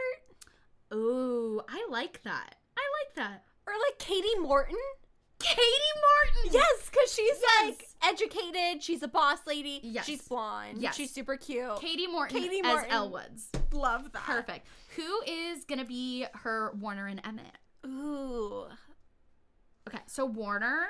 ooh, I like that. I like that.
or like Katie Morton.
Katie Martin.
Yes, because she's like educated. She's a boss lady.
Yes.
She's blonde.
Yes.
She's super cute.
Katie Morton
Oh. Katie
as
Morton.
Elle Woods.
love that.
Perfect. Who is going to be her Warner and Emmett?
Ooh.
Okay, so Warner.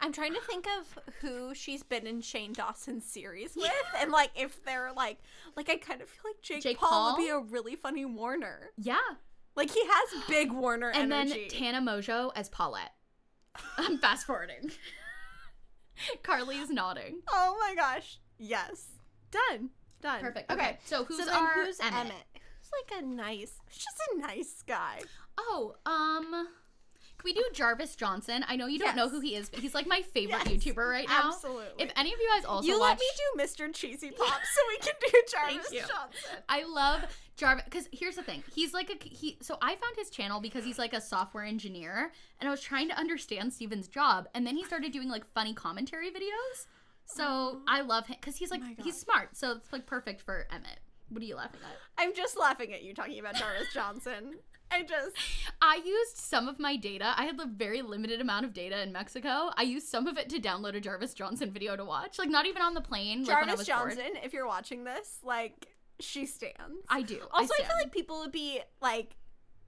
I'm trying to think of who she's been in Shane Dawson's series with and like if they're like like I kind of feel like Jake,
Jake
Paul,
Paul?
would be a really funny Warner.
Yeah.
Like he has big Warner
and
energy.
then Tana Mojo as Paulette. I'm fast forwarding. Carly is nodding.
oh my gosh. Yes. Done. Done.
Perfect. Okay. So who's
then
our Emmett?
Who's like a nice who's just a nice guy.
Oh, um, can we do Jarvis Johnson? I know you don't know
Yes.
who he is, but he's like my favorite
Yes,
YouTuber right now.
absolutely.
If any of you guys also
you
watch,
let me do Mr. Cheesy Pop so we can do Jarvis
you.
Johnson.
I love Jarvis because here's the thing. He's like a he. So I found his channel because he's like a software engineer, and I was trying to understand Steven's job, and then he started doing like funny commentary videos. So I love him because
Oh
he's like he's smart. So it's like perfect for Emmett. What are you laughing at?
I'm just laughing at you talking about Jarvis Johnson. I just
I used some of my data. I had a very limited amount of data in Mexico. I used some of it to download a Jarvis Johnson video to watch. Like not even on the plane. like, when I
Jarvis
was bored.
Johnson, if you're watching this, like she stands.
I do.
also, I, feel
stand.
like people would be like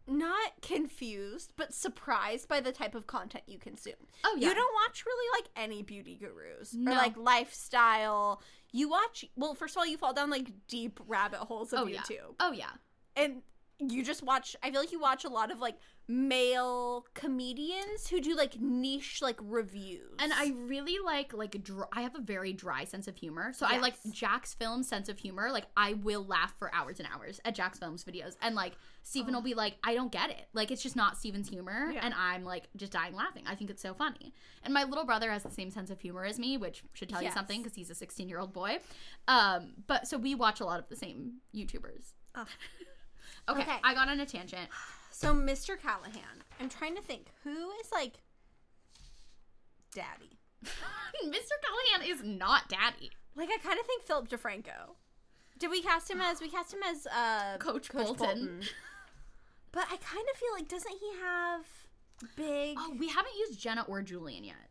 not confused, but surprised by the type of content you consume.
Oh, yeah.
You don't watch really like any beauty gurus
No.
or like lifestyle. You watch well, first of all, you fall down like deep rabbit holes of
oh yeah.
YouTube.
Oh yeah.
And you just watch I feel like you watch a lot of like male comedians who do like niche like reviews.
And I really like like dry, I have a very dry sense of humor, so I like
Yes.
Jack's film sense of humor. Like I will laugh for hours and hours at Jack's films videos, and like Steven will be like, "I don't get it," like it's just not Steven's humor,
Yeah.
and I'm like just dying laughing. I think it's so funny. And my little brother has the same sense of humor as me, which should tell you
Yes.
something because he's a 16 year old boy. Um, but so we watch a lot of the same YouTubers.
Ah.
okay,
Okay.
I got on a tangent.
So, Mr. Callahan, I'm trying to think who is like daddy.
Mr. Callahan is not daddy.
Like, I kind of think Philip DeFranco. Did we cast him as we cast him as uh,
Coach Bolton.
But I kind of feel like doesn't he have big?
Oh, we haven't used Jenna or Julian yet.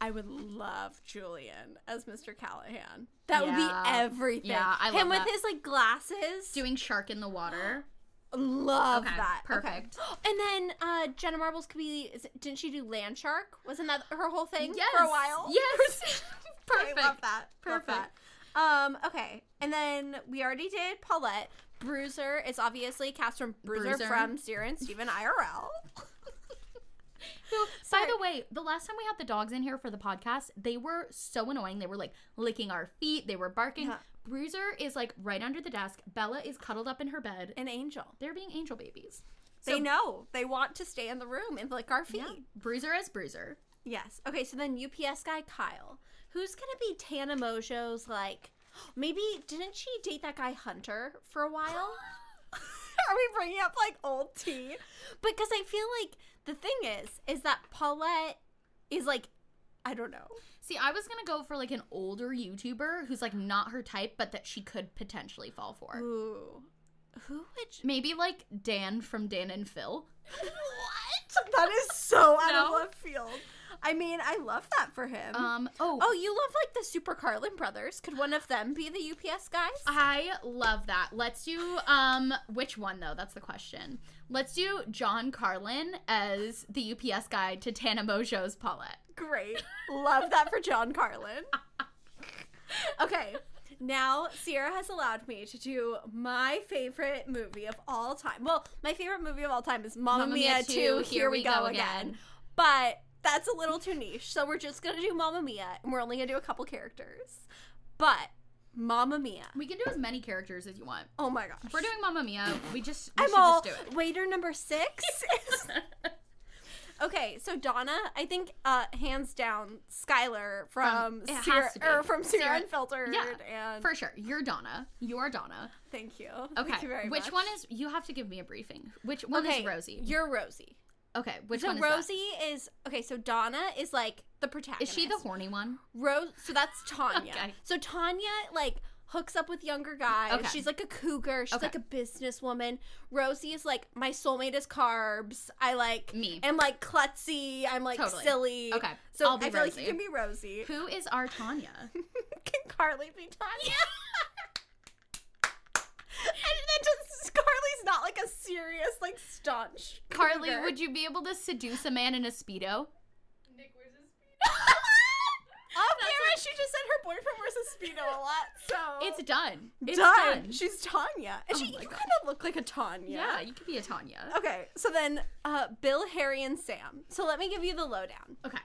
I would love Julian as Mr. Callahan. That would
Yeah.
be everything.
Yeah, I
him
love
with
that.
his like glasses.
doing shark in the water.
love
Okay,
that. Okay.
perfect.
And then uh, Jenna Marbles could be. Is, it- didn't she do Land Shark? Wasn't that her whole thing
Yes.
for a while?
Yes. Perfect.
I love that.
Perfect.
Love that. Um, okay. And then we already did Paulette. Bruiser is obviously cast from Bruiser,
Bruiser.
from Sarah and Steven IRL.
So, by the way, the last time we had the dogs in here for the podcast, they were so annoying. They were like licking our feet, they were barking.
Yeah.
Bruiser is like right under the desk. Bella is cuddled up in her bed.
An angel.
They're being angel babies.
they know. They want to stay in the room and lick our feet.
Yeah. Bruiser as Bruiser.
Yes. Okay, so then UPS guy Kyle. Who's gonna be Tana Mojo's like maybe didn't she date that guy Hunter for a while? Are we bringing up like old tea? Because I feel like the thing is, is that Paulette is like, I don't know.
See, I was gonna go for like an older YouTuber who's like not her type, but that she could potentially fall for.
Ooh, who would? You-
Maybe like Dan from Dan and Phil.
what? That is so out of
No.
left field. I mean, I love that for him.
Um. Oh.
oh, you love like the Super Carlin brothers. Could one of them be the UPS guys?
I love that. Let's do um which one though? That's the question. Let's do John Carlin as the UPS guy to Tana Mojo's Paulette.
Great. Love that for John Carlin. Okay. Now, Sierra has allowed me to do my favorite movie of all time. Well, my favorite movie of all time is Mamma
Mamma
Mia
Mia
2,
2,
Here, We Go, again.
Again.
But that's a little too niche. So we're just going to do Mamma Mia, and we're only going to do a couple characters. But Mamma Mia.
We can do as many characters as you want.
Oh my gosh.
We're doing Mamma Mia. We just we
I'm
should
all
just do it.
waiter number six. is- okay, so Donna, I think uh, hands down, Skylar from
Um, it has
Sierra,
to be.
or from Sierra
Sarah-
Unfiltered.
Yeah,
and
for sure. You're Donna. You're Donna.
thank you.
Okay.
Thank you very
which
much.
one is? You have to give me a briefing. Which one
okay,
is Rosie?
You're Rosie.
okay. Which
So
one is that?
Rosie is okay. So Donna is like the protagonist.
Is she the horny one?
Rose? So that's Tanya.
Okay.
So Tanya like hooks up with younger guys.
Okay.
She's like a cougar. She's
Okay.
like a businesswoman. Rosie is like my soulmate is carbs. I like
Me.
am like klutzy. I'm like
Totally.
silly.
Okay.
So
I'll be
I feel like
Rosie.
you can be Rosie.
Who is our Tanya?
can Carly be Tanya? and then just Carly's not like a serious like staunch.
Carly,
cougar.
would you be able to seduce a man in a speedo?
Off camera, she just said her boyfriend wears a speedo a lot, so
It's done. It's
done.
done. Oh
She's Tanya, and she
my
you
God.
kind of look like a Tanya.
yeah, you could be a Tanya.
Okay, so then uh, Bill, Harry, and Sam. So let me give you the lowdown.
Okay.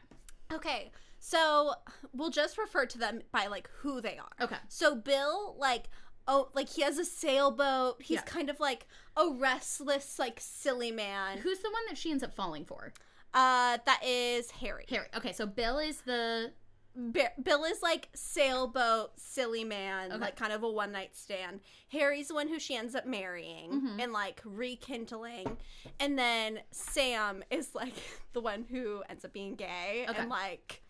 Okay, so we'll just refer to them by like who they are.
Okay.
So Bill, like, oh, like he has a sailboat. He's
Yeah.
kind of like a restless, like silly man.
Who's the one that she ends up falling for?
Uh, that is Harry.
Harry. Okay, so Bill is the
Bi- Bill is like sailboat, silly man, like kind of a one night stand. Harry's the one who she ends up marrying
Mm-hmm.
and like rekindling. And then Sam is like the one who ends up being gay
Okay.
and like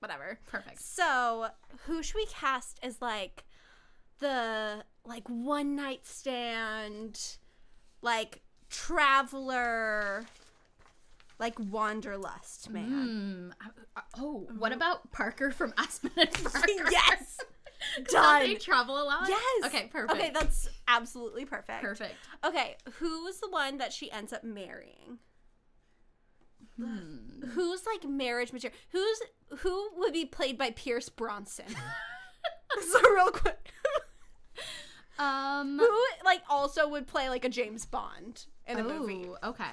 whatever.
perfect.
So, who should we cast as like the like one night stand, like traveler, like wanderlust
Hmm.
man?
Oh, what about Parker from Aspen and Parker?
Uh-huh. Yes,
Don't they
done.
travel a lot?
Yes.
Okay, perfect.
Okay, that's absolutely perfect.
perfect.
Okay, who's the one that she ends up marrying?
Hmm.
Who's like marriage material? Who's who would be played by Pierce Bronson? so real quick,
Um
who like also would play like a James Bond in a movie?
Ooh, okay.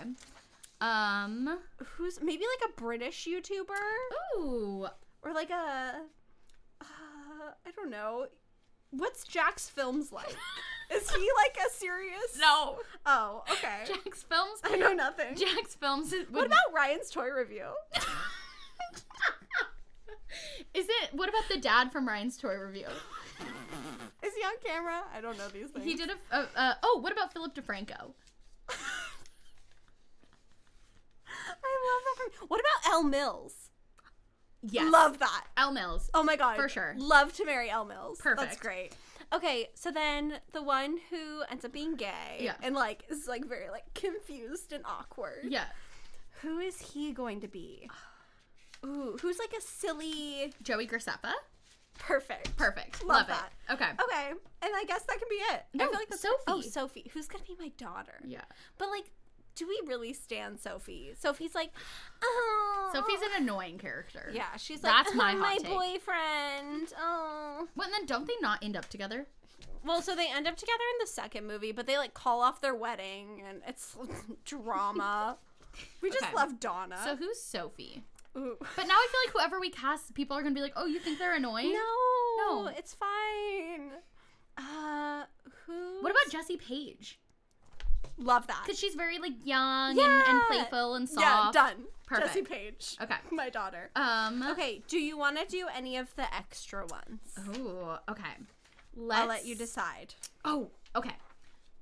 Um
Who's maybe like a British YouTuber
Ooh.
or like a uh, I don't know. What's Jack's films like? Is he like a serious?
No.
Oh, okay.
Jack's films
I know nothing.
Jack's films is,
What about Ryan's toy review?
is it what about the dad from Ryan's toy review?
Is he on camera? I don't know these things.
He did a uh, uh, oh, what about Philip DeFranco?
I love that. From- what about Elle Mills?
Yes.
Love that.
Al Mills.
Oh my god.
For sure.
Love to marry Elle Mills. That's
Perfect.
great. Okay, so then the one who ends up being gay
Yeah.
and like is like very like confused and awkward.
Yeah.
Who is he going to be? Ooh, who's like a silly
Joey Graceffa.
perfect.
Perfect.
Love
Love,
that.
it. Okay.
Okay, and I guess that can be it. I
No,
feel like that's
Sophie.
Oh, Sophie. Who's gonna be my daughter?
Yeah.
But like, do we really stand Sophie? Sophie's like, oh.
Sophie's an annoying character.
Yeah, she's like,
That's
"Oh,
my
my,
hot take."
boyfriend. Oh.
Well, and then don't they not end up together?
Well, so they end up together in the second movie, but they like call off their wedding and it's drama. We just
Okay.
love Donna.
So who's Sophie?
Ooh.
But now I feel like whoever we cast, people are gonna be like, "Oh, you think they're annoying?"
no,
No.
it's fine. Uh, who?
What about Jesse Page?
Love that.
Because she's very like young and, and
Yeah.
playful and
Yeah,
soft.
done.
Perfect.
Jesse Page.
Okay.
My daughter.
Um.
okay, do you want to do any of the extra ones?
Ooh. Okay. Let's.
I'll let you decide.
Oh. Okay.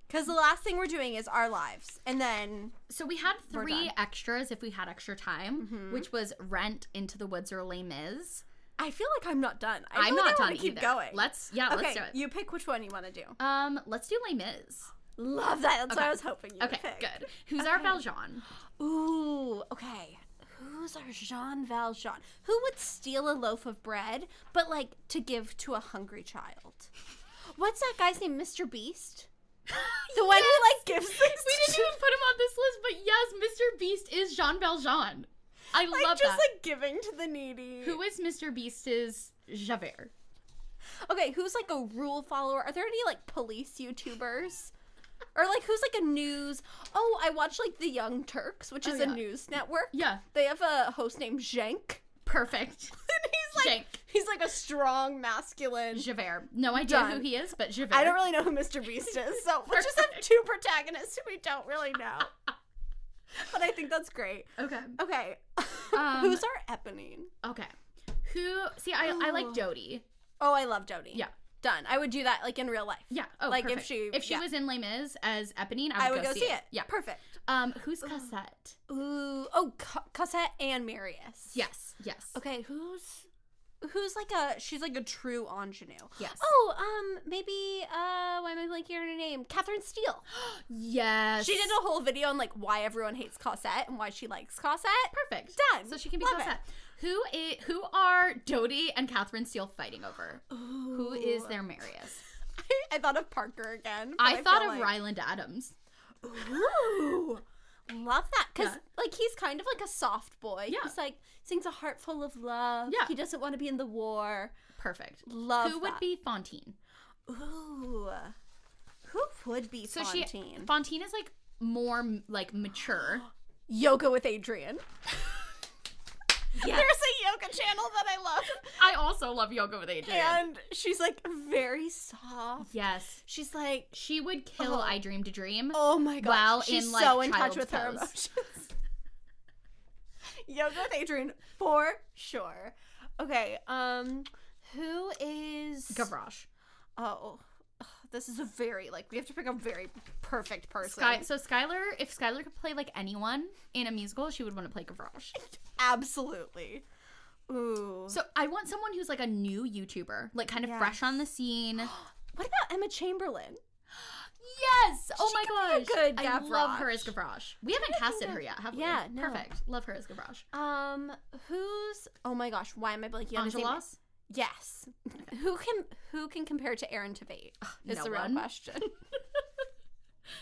Because the last thing we're doing is our lives. And then,
So we had
We're
three
done. Mm-hmm.
extras if we had extra time, which was Rent, Into the Woods, or Les Mis.
I feel like I'm not done. I
I'm
feel
not
like I
done
wanna keep
either.
going.
Let's- yeah, let's
okay,
do it.
You pick which one you want to do.
Um. Let's do Les Mis.
Love that. That's what
Okay.
I was hoping you would
Okay.
pick.
Good. Who's our Valjean?
Ooh, okay. Who's our Jean Valjean? Who would steal a loaf of bread, but like to give to a hungry child? What's that guy's name? Mr. Beast? The one who like gives things
We didn't
to-
even put him on this list, but yes, Mr. Beast is Jean Valjean. I
like
love
just
that.
like giving to the needy.
Who is Mr. Beast's Javert?
okay, who's like a rule follower? Are there any like police YouTubers? Or like who's like a news? Oh, I watch like The Young Turks, which
Oh,
is
yeah.
a news network.
Yeah.
They have a host named Jenk.
Perfect.
And he's like
Jenk.
he's like a strong masculine
Javert. No idea who
Done.
he is, but Javert.
I don't really know who Mr. Beast is, so we just have two protagonists who we don't really know. but I think that's great.
Okay.
Okay.
Um,
Who's our Eponine?
Okay. Who? See, I, I like Jody.
Oh, I love Jody.
Yeah.
Done. I would do that like in real life.
Yeah. Oh,
like
perfect.
if she
if she
yeah.
was in Les Mis as Eponine,
I would go, see it.
Yeah.
Perfect.
Um, who's Cassette?
Ooh. Oh, Ca- Cosette and Marius.
Yes. Yes.
Okay, who's who's like a she's like a true ingenue.
Yes.
Oh, um maybe uh why am I blanking on her name? Catherine Steele.
Yes.
She did a whole video on like why everyone hates Cosette and why she likes Cosette.
perfect.
Done.
So she can be
Love it.
Cassette. Who is? Who are Jody and Catherine Steele fighting over? Who is their Marius?
I thought of Parker again. but
I, thought
Oh, feel
of
like-
Ryland Adams.
Ooh, love that because
Yeah.
like he's kind of like a soft boy.
Yeah.
he's like sings a heart full of love.
Yeah.
he doesn't want to be in the war.
Perfect.
Love
Who would
that.
be Fontaine?
Ooh, who would be
So she
Fontaine?
Fontaine is like more m- like mature.
yoga with Adrian.
Yes.
There's a yoga channel that I love,
I also love yoga with Adrian.
and she's like very soft.
yes.
She's like,
She would kill
Oh.
I Dream to Dream.
oh my gosh,
Well,
she's
in, like,
so in touch
child's
with her
pose.
emotions. Yoga with Adrian for sure. Okay, um, who is
Gavroche.
Oh, ugh, this is a very like we have to pick a very perfect person.
Sky, so Skylar, if Skylar could play like anyone in a musical, she would want to play Gavroche.
Absolutely. Ooh.
So I want someone who's like a new YouTuber, like kind of fresh on the scene.
what about Emma Chamberlain?
yes. Oh
She
my
could be a
gosh.
good
I love her
Gavroche.
as Gavroche. We haven't casted her yet, have we?
Yeah, no.
Perfect. Love her as Gavroche.
Um, who's? Oh my gosh, why am I blanking on his name?
Angelos.
Yes. Who can who can compare to Aaron Tveit? Is
no
the real
one.
question.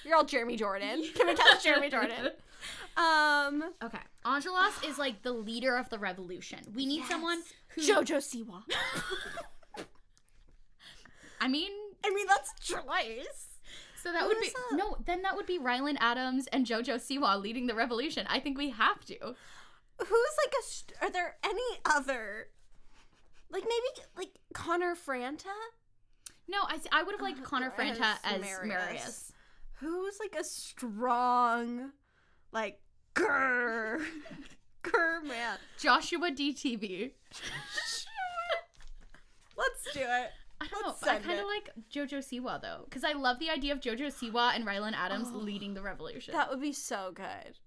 You're all Jeremy Jordan. Can we cast Jeremy Jordan? Um,
Okay. Angelos is like the leader of the revolution. We need someone who
JoJo Siwa.
I mean,
I mean, that's choice.
so that
Who
would be
is that?
No, then that would be Ryland Adams and Jojo Siwa leading the revolution. I think we have to.
who's like a st- are there any other like maybe like connor franta
No, I, s- I would have liked Connor Franta
as
Oh, as Marius.
Marius. who's like a strong like grr grr man
Joshua DTV.
let's do it
I don't
Let's
know. I
send
kind of
it.
like Jojo Siwa though, because I love the idea of Jojo Siwa and Ryland Adams leading the revolution.
Oh. that would be so good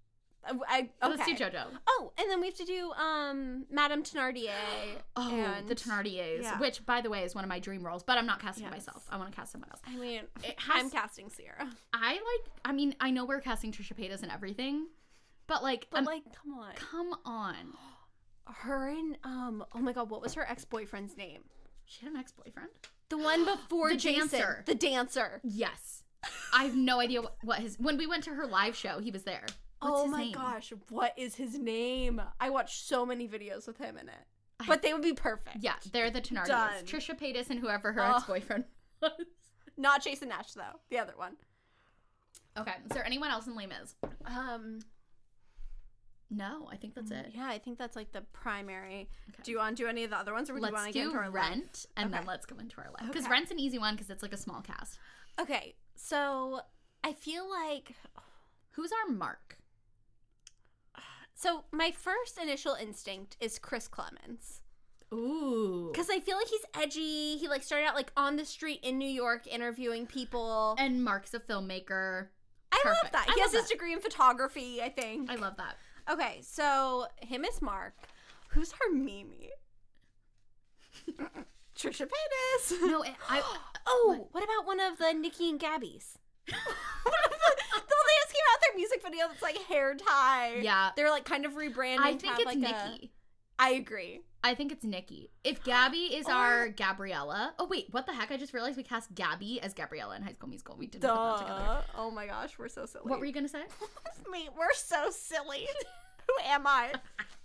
Uh, I, I, okay.
Let's do Jojo.
Oh, and then we have to do um Madame Thenardier.
Oh,
and
the Thenardiers,
yeah.
which by the way is one of my dream roles, but I'm not casting
Yes.
myself. I want to cast someone else.
I mean,
It has-
I'm casting Sierra,
I like. I mean, I know we're casting Trisha Paytas and everything, but like,
but
I'm-
like, come on,
come on.
her and um, oh my god, what was her ex boyfriend's name?
She had an ex-boyfriend.
The one before
The
Jason.
dancer.
The dancer.
Yes. I have no idea what, what his. When we went to her live show, he was there. What's
oh
his
my
name?
gosh, what is his name? I watched so many videos with him in it. But they would be perfect.
Yeah, they're the Tenardiers.
Done.
Trisha Paytas and whoever her
Oh.
ex-boyfriend was.
Not Jason Nash though. The other one.
Okay. Is there anyone else in Les Mis?
Um
No, I think that's it.
Mm, yeah, I think that's like the primary.
Okay.
Do you want to do any of the other ones or would you want
Let's
to get
do
into our life?
Rent, and then
Okay.
let's go into our life because
Okay.
Rent's an easy one because it's like a small cast.
Okay. So I feel like
Who's our mark?
so my first initial instinct is Chris Clemens.
Ooh.
Because I feel like he's edgy. He like started out like on the street in New York interviewing people.
And Mark's a filmmaker.
I love
perfect.
that.
I
he has
love
his
that.
degree in photography, I think.
I love that.
okay, so him is Mark. Who's our Mimi? Trisha Paytas.
No, it, I.
Oh, what about one of the Nikki and Gabby's? One of the- the- they just came out with their music video that's like hair tie.
Yeah.
They're like kind of rebranding.
I
to
think
have,
it's
like, a-
Nikki.
I agree.
I think it's Nikki. If Gabby
Oh.
is our Gabriella. Oh, wait, what the heck? I just realized we cast Gabby as Gabriella in High School Musical. We didn't put that together.
Duh. Oh my gosh, we're so silly.
What were you going to say?
Mate, we're so silly. Who am I?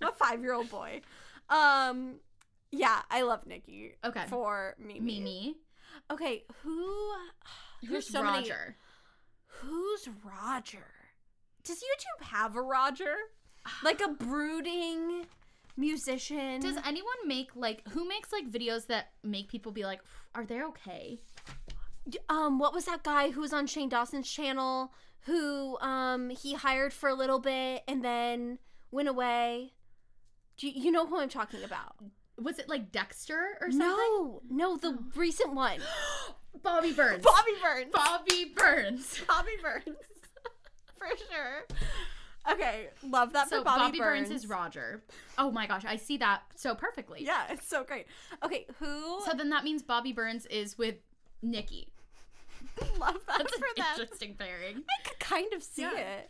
I'm a five year old boy. Um, yeah, I love Nikki.
Okay.
For Mimi.
Mimi.
Okay, who?
Who's
There's so many-
Roger?
Who's Roger? Does YouTube have a Roger? Like a brooding musician?
Does anyone make like who makes like videos that make people be like, are they okay?
um, what was that guy who was on Shane Dawson's channel? Who um he hired for a little bit and then went away. Do you, you know who I'm talking about?
Was it like Dexter or something?
No, no, the recent one.
Bobby Burns.
Bobby Burns.
Bobby Burns.
Bobby Burns. for sure. Okay, love that
So
for
Bobby, Burns. is Roger. Oh my gosh, I see that so perfectly.
Yeah, it's so great. Okay, who
So then that means Bobby Burns is with Nikki.
love that
That's
for
an
them?
interesting pairing.
I could kind of see
Yeah.
it.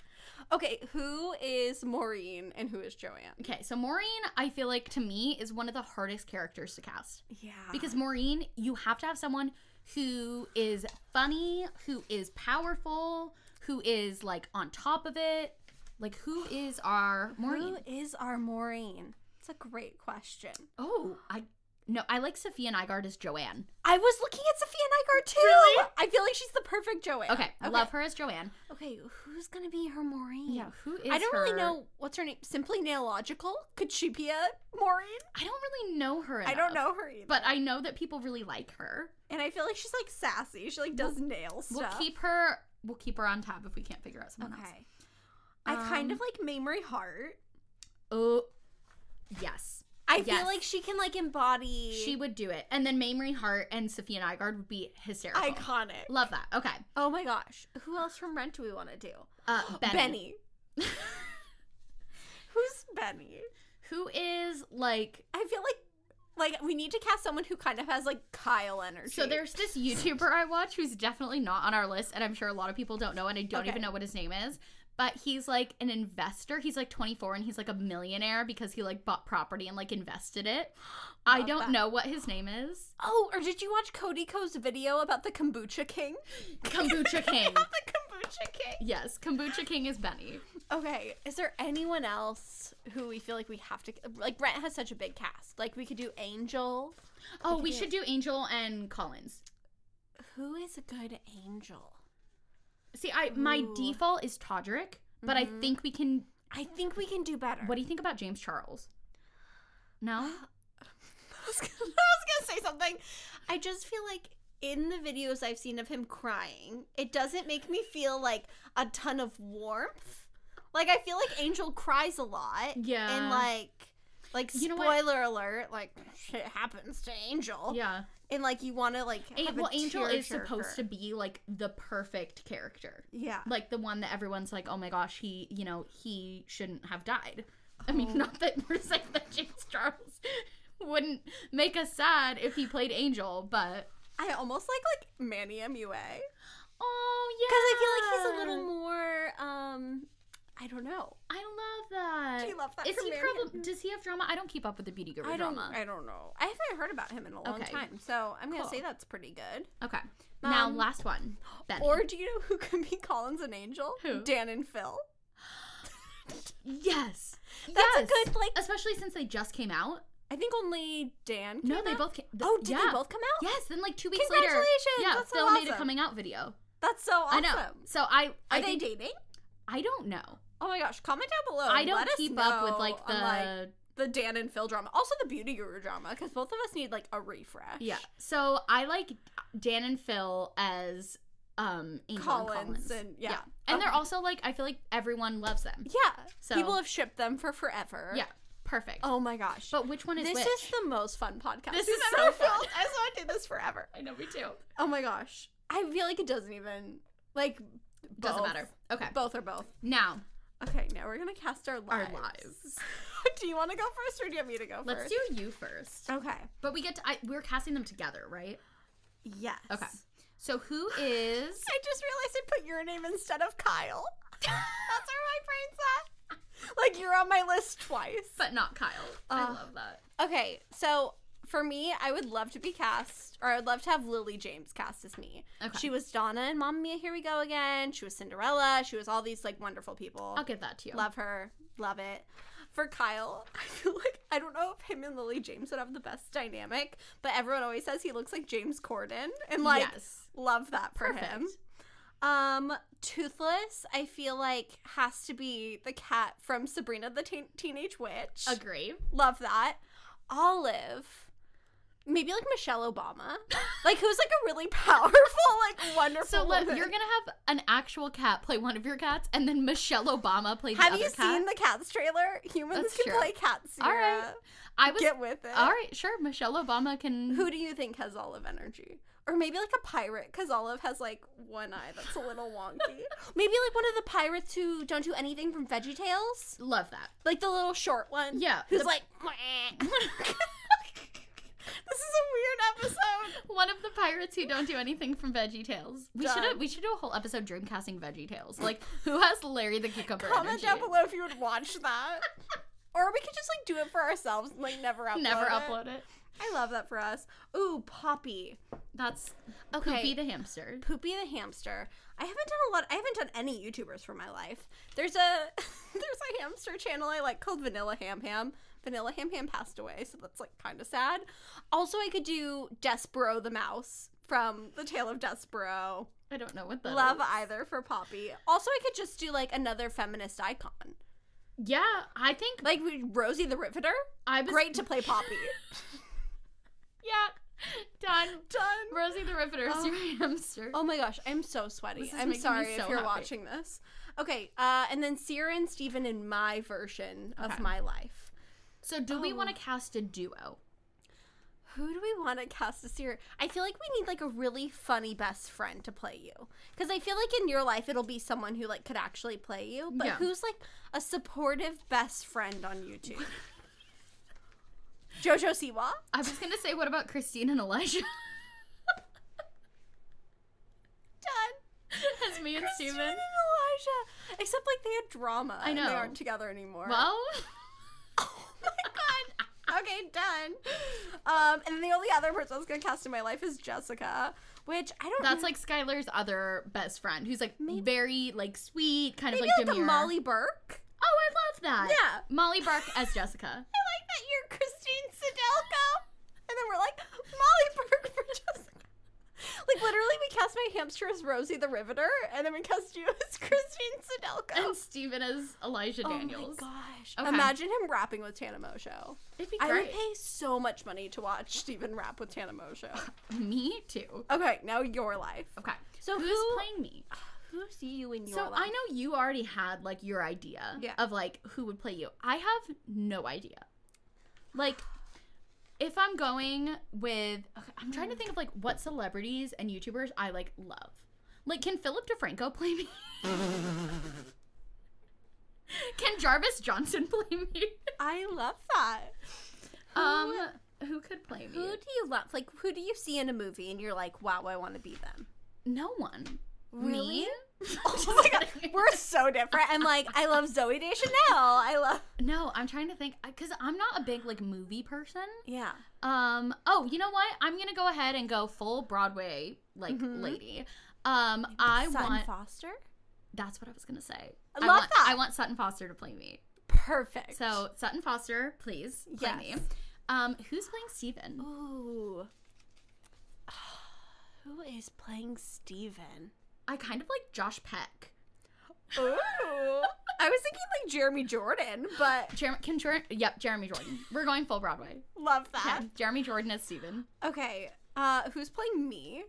Okay, who is Maureen and who is Joanne?
Okay, so Maureen, I feel like to me is one of the hardest characters to cast.
Yeah.
Because Maureen, you have to have someone who is funny, who is powerful, who is like on top of it. Like who is our
who
Maureen?
is our Maureen? It's a great question.
Oh, I no, I like Sophia Nygaard as Joanne.
I was looking at Sophia Nygaard too. Really? I feel like she's the perfect Joanne.
Okay, I love her as Joanne.
Okay, who's gonna be her Maureen?
Yeah, who is
I don't really
her-
know what's her name. Simply Nailogical? Could she be a Maureen?
I don't really know her.
I don't
enough,
know her either.
but I know that people really like her.
and I feel like she's like sassy. She like does nail
We'll
stuff.
keep her. We'll keep her on tab if we can't figure out someone else.
Okay. I
Um,
kind of like Mamrie Hart.
Oh, yes,
I
yes.
feel like she can like embody
she would do it. And then Mamrie Hart and Sophia Nygaard would be hysterical.
iconic.
Love that. Okay,
Oh my gosh. Who else from Rent do we want to do?
uh, Benny.
Who's Benny?
who is like.
I feel like like we need to cast someone who kind of has like Kyle energy.
So there's this YouTuber I watch who's definitely not on our list, and I'm sure a lot of people don't know, and I don't
Okay.
even know what his name is. But he's like an investor. He's like 24 and he's like a millionaire because he like bought property and like invested it. I don't know what his name is.
Oh, or did you watch Cody Ko's video about the kombucha king?
Kombucha King.
the kombucha king.
Yes, Kombucha King is Benny.
Okay, is there anyone else who we feel like we have to like? Rent has such a big cast. Like we could do Angel.
Oh, we should do Angel and Collins.
Who is a good angel?
See, I my default is Todrick, but
Mm-hmm.
I think we can.
I think we can do better.
What do you think about James Charles? No,
I was gonna I was gonna say something. I just feel like in the videos I've seen of him crying, it doesn't make me feel like a ton of warmth. Like I feel like Angel cries a lot.
Yeah.
And like like
You know what?
spoiler alert, like shit happens to Angel.
yeah.
And like you wanna like
A-
Oh, have
well,
a
Angel is supposed
tearjerker.
to be like the perfect character,
Yeah.
like the one that everyone's like, "Oh my gosh, he, you know, he shouldn't have died." I
Oh.
mean, not that we're saying that James Charles wouldn't make us sad if he played Angel, but
I almost like like Manny MUA.
oh yeah,
Because I feel like he's a little more um I don't know.
I love that.
Do you love that
Is
for
he
Marion?
probably does he have drama? I don't keep up with the beauty guru
I don't
drama.
I don't know. I haven't heard about him in a long
Okay.
time. So I'm
Cool.
gonna say that's pretty good.
Okay. now
Um,
last one. Benny.
Or do you know who can be Collins and Angel?
Who?
Dan and Phil.
yes.
That's a good, like-
especially since they just came out.
I think only Dan. Came
No, they
out.
both came,
oh, did they both come out?
Yes, then like 2 weeks later.
Congratulations,
Yeah,
that's so
Phil made a
awesome.
coming out video.
That's so awesome.
I know. So I I
Are they
think-
dating?
I don't know.
Oh my gosh! Comment down below.
I
and
don't
let us
keep up with,
know
like,
on,
the-
the Dan and Phil drama, also the Beauty Guru drama, because both of us need like a refresh.
Yeah. So I like Dan and Phil as um Angel
Collins
and Collins.
and- yeah.
And they're also like I feel like everyone loves them.
Yeah.
So-
People have shipped them for forever.
Yeah. Perfect.
Oh my gosh.
But which one is
this
which?
is the most fun podcast.
This is
we've ever
so fun.
filmed. I just want to do this forever.
I know me too.
Oh my gosh. I feel like it doesn't even like
Doesn't
both.
matter. Okay.
Both are both.
Now,
Okay, now we're gonna cast our
Our
lives.
lives.
do you want to go first, or do you want me to go
let's
first?
do you first.
Okay.
But we get to I, we're casting them together, right?
Yes.
Okay. So who is
I just realized I put your name instead of Kyle. That's where my brain's at. Like you're on my list twice.
but not Kyle.
Uh,
I love that.
Okay, so for me, I would love to be cast, or I would love to have Lily James cast as me.
Okay.
She was Donna and Mamma Mia. Here we go again. She was Cinderella. She was all these like wonderful people.
I'll give that to you.
Love her. Love it. For Kyle, I feel like I don't know if him and Lily James would have the best dynamic, but everyone always says he looks like James Corden. And like
Yes.
love that for him. Um Toothless, I feel like has to be the cat from Sabrina the Teen Teenage Witch.
Agree.
Love that. Olive. Maybe like Michelle Obama. like who's like a really powerful, like wonderful
So look,
woman.
you're gonna have an actual cat play one of your cats, and then Michelle Obama play the
Have
other
you
cat.
seen the Cats trailer? Humans
That's
can
true.
play cats.
All right.
Sierra.
I was
Get with it.
all right. Sure, Michelle Obama can.
Who do you think has olive energy? Or maybe like a pirate, because Olive has like one eye that's a little wonky. maybe like one of the pirates who don't do anything from Veggie Tales,
love that?
like the little short one.
Yeah,
who's
the-
like. "Mwah." this is a weird episode.
One of the pirates who don't do anything from Veggie Tales. We
Done.
should we should do a whole episode dreamcasting Veggie Tales. Like who has Larry the cucumber?
Comment
energy?
down below if you would watch that. Or we could just like do it for ourselves and like never upload
Never
it.
upload it.
I love that for us. Ooh, Poppy.
That's
Okay.
Poopy the hamster.
Poopy the hamster. I haven't done a lot. I haven't done any YouTubers for my life. There's a there's a hamster channel I like called Vanilla Ham Ham. Vanilla Ham Ham passed away, so that's like kind of sad. Also, I could do Despero the mouse from The Tale of Despero.
I don't know what that
Love
is.
either for Poppy. Also, I could just do like another feminist icon,
Yeah, I think
like we- Rosie the Riveter.
I was
Great to play Poppy.
Yeah, done.
Done.
Rosie the Riveter is your hamster.
Oh my gosh, I'm so sweaty.
This is
I'm
making me
sorry
so
if you're
happy.
watching this. Okay, uh, and then Sierra and Steven in my version of my life.
So do we
Oh.
want to cast a duo?
Who do we want to cast as Sierra? I feel like we need like a really funny best friend to play you. Because I feel like in your life it'll be someone who like could actually play you. But
Yeah.
who's like a supportive best friend on YouTube? Jojo Siwa?
I was gonna say, what about Christine and Elijah?
Done.
As me and
Christine and
Steven.
Elijah. Except like they had drama. I And
know.
they aren't together anymore.
Well,
Oh my god. Okay, done. Um, and then the only other person I was gonna cast in my life is Jessica, which I don't.
that's like Skylar's other best friend, who's like very like sweet, kind
maybe
of like
like, a
demure.
Molly Burke.
Oh, I love that.
Yeah.
Molly Burke as Jessica.
I like that you're Christine Sidelko, and then we're like Molly Burke for Jessica. Like literally, we cast my hamster as Rosie the Riveter, and then we cast you as Christine Sidelko.
and Steven as Elijah Daniels.
Oh my gosh!
Okay.
Imagine him rapping with Tana Mojo.
It'd be
I would
great.
pay so much money to watch Steven rap with Tana Mojo.
Me too.
Okay, now your life.
Okay.
So
who's
who-
playing me?
Who see you in your
So
life?
I know you already had like your idea
Yeah.
of like who would play you. I have no idea. Like if I'm going with okay, I'm trying
Mm.
to think of like what celebrities and YouTubers I like love. Like can Philip DeFranco play me? can Jarvis Johnson play me?
I love that.
Um who could play me?
Who do you love? Like, who do you see in a movie and you're like, wow, I want to be them?
No one.
Really?
Me?
Oh my god, we're so different. I'm like, I love Zoe Deschanel. I love.
No, I'm trying to think because I'm not a big like movie person.
Yeah.
Um. Oh, you know what? I'm gonna go ahead and go full Broadway like lady. Um. I
Mm-hmm. Sutton
want.
Foster.
that's what I was gonna say.
I love
want,
that.
I want Sutton Foster to play me.
Perfect.
So Sutton Foster, please play
Yes.
me. Um. Who's playing Steven?
Ooh. Who is playing Steven?
I kind of like Josh Peck.
Ooh. I was thinking like Jeremy Jordan, but
Jeremy, can Jer- Yep, Jeremy Jordan. We're going full Broadway.
love
Yeah,
that.
Jeremy Jordan as Steven.
Okay. Uh, who's playing me?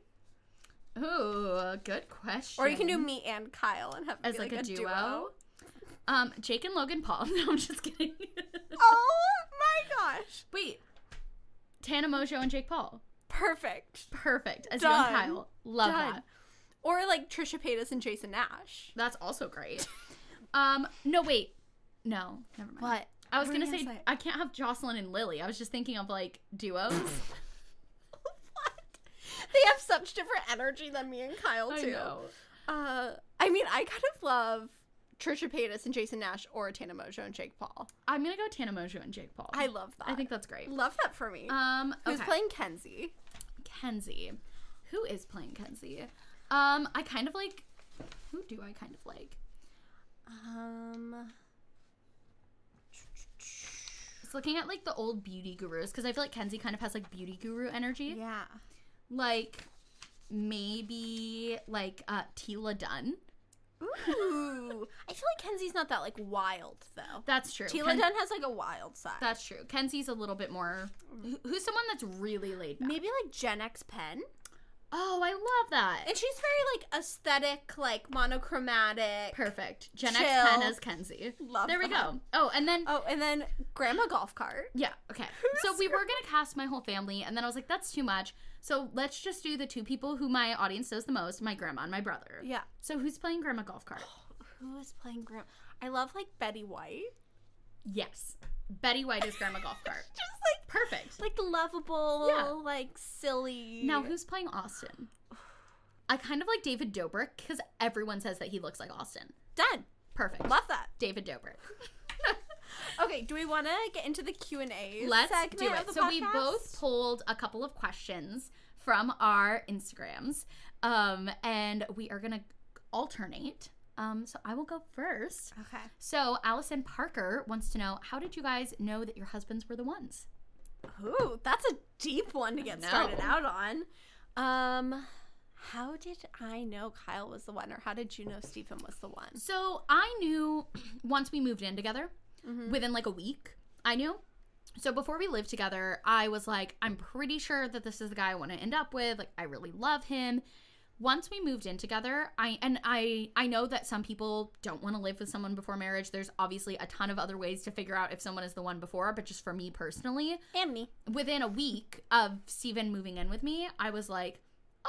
Ooh, good question.
Or you can do me and Kyle and have it
as
be
like, a, duo.
duo.
Um, Jake and Logan Paul. No, I'm just kidding.
Oh my gosh.
Wait, Tana Mojo and Jake Paul.
Perfect.
Perfect. As
Done.
young Kyle, love
Done.
that.
Or like Trisha Paytas and Jason Nash.
That's also great. um, no, wait, no, never mind.
What?
I was
What were
gonna
you
say
gonna say?
I can't have Jocelyn and Lily. I was just thinking of like duos.
What? They have such different energy than me and Kyle
I
too.
know.
Uh, I mean, I kind of love Trisha Paytas and Jason Nash or Tana Mojo and Jake Paul.
I'm gonna go Tana Mojo and Jake Paul.
I love that.
I think that's great.
Love that for me.
Um,
Who's
okay.
playing Kenzie?
Kenzie? Who is playing Kenzie? Um, I kind of like. Who do I kind of like?
Um,
It's looking at like the old beauty gurus because I feel like Kenzie kind of has like beauty guru energy.
yeah.
Like maybe like uh Tila Dunn.
Ooh, I feel like Kenzie's not that like wild though.
That's true.
Tila
Ken-
Dunn has like a wild side.
That's true. Kenzie's a little bit more. who- Who's someone that's really laid back?
Maybe like Gen X Pen.
Oh, I love that.
And she's very like aesthetic, like monochromatic.
Perfect. Gen X
Chill.
Pen as Kenzie.
Love
There we
that.
go. Oh, and then
Oh, and then Grandma Golf Cart.
yeah. Okay. So we were gonna cast my whole family, and then I was like, that's too much. So let's just do the two people who my audience knows the most: my grandma and my brother.
Yeah.
So who's playing Grandma Golf Cart?
Who is playing Grandma? I love like Betty White.
yes. Betty White is Grandma Golf Cart.
Just like
Perfect.
like lovable,
Yeah.
like silly.
Now who's playing Austin? I kind of like David Dobrik because everyone says that he looks like Austin.
done?
Perfect.
Love that.
David Dobrik.
Okay, do we want to get into the Q and A?
Let's
segment
do
Of
it.
the
So we
podcast?
both pulled a couple of questions from our Instagrams, um, and we are gonna alternate. Um, so I will go first.
Okay.
So Allison Parker wants to know how did you guys know that your husbands were the ones?
Ooh, that's a deep one to get
know.
started out on. Um, how did I know Kyle was the one, or how did you know Stephen was the one?
So I knew once we moved in together, within like a week, I knew. So before we lived together, I was like, I'm pretty sure that this is the guy I want to end up with. Like, I really love him. Once we moved in together, I and I I know that some people don't want to live with someone before marriage. There's obviously a ton of other ways to figure out if someone is the one before, but just for me personally,
And me.
within a week of Steven moving in with me, I was like,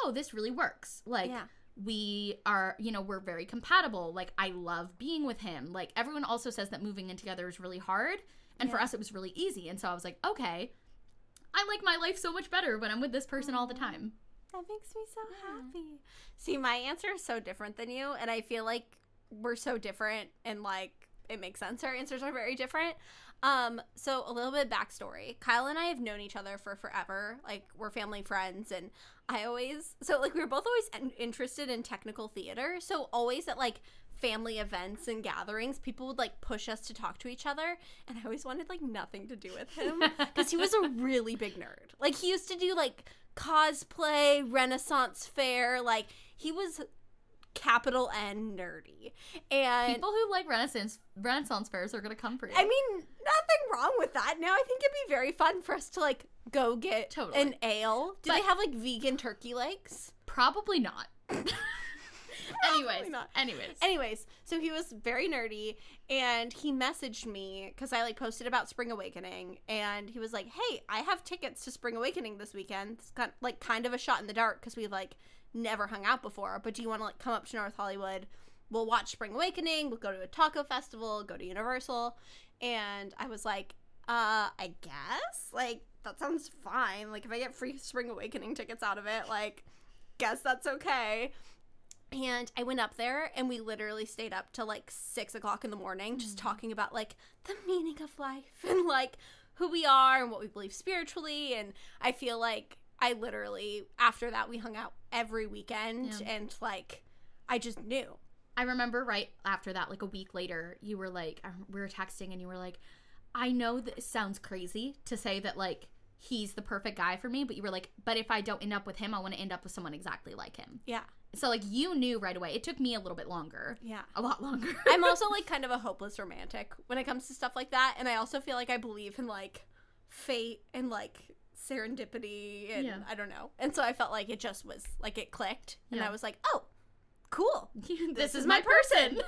oh, this really works. Like,
Yeah.
we are, you know, we're very compatible. Like, I love being with him. Like, everyone also says that moving in together is really hard. And for us, it was really easy. And so I was like, okay, I like my life so much better when I'm with this person all the
Mm-hmm.
time.
That makes me so happy. See, my answer is so different than you, and I feel like we're so different, and like it makes sense. Our answers are very different. Um, so a little bit of backstory. Kyle and I have known each other for forever. Like we're family friends, and I always so like we were both always en- interested in technical theater. So always at like family events and gatherings, people would like push us to talk to each other, and I always wanted like nothing to do with him because he was a really big nerd. Like he used to do like cosplay, Renaissance fair, like he was capital N nerdy. And
People who like Renaissance Renaissance fairs are gonna come for you.
I mean, nothing wrong with that. Now I think it'd be very fun for us to like go get
Totally.
an ale. Do they
But-
have like vegan turkey legs?
Probably not. anyways,
not.
anyways,
Anyways, so he was very nerdy and he messaged me because I like posted about Spring Awakening and he was like, Hey, I have tickets to Spring Awakening this weekend. It's kind like kind of a shot in the dark because we like never hung out before, but do you want to like come up to North Hollywood? We'll watch Spring Awakening, we'll go to a taco festival, go to Universal. And I was like, Uh, I guess? Like, that sounds fine. Like, if I get free Spring Awakening tickets out of it, like, guess that's okay. And I went up there and we literally stayed up till like six o'clock in the morning just talking about like the meaning of life and like who we are and what we believe spiritually. And I feel like I literally, after that, we hung out every weekend
Yeah.
and like I just knew.
I remember right after that, like a week later, you were like, I- we were texting and you were like, I know that it sounds crazy to say that, like, he's the perfect guy for me, but you were like, but if I don't end up with him, I want to end up with someone exactly like him.
Yeah.
So, like, you knew right away. It took me a little bit longer.
Yeah.
A lot longer.
I'm also like kind of a hopeless romantic when it comes to stuff like that. And I also feel like I believe in like fate and like serendipity and
Yeah.
I don't know. And so I felt like it just was like it clicked and
Yeah.
I was like, "Oh, cool."
this,
is
is
my
my person.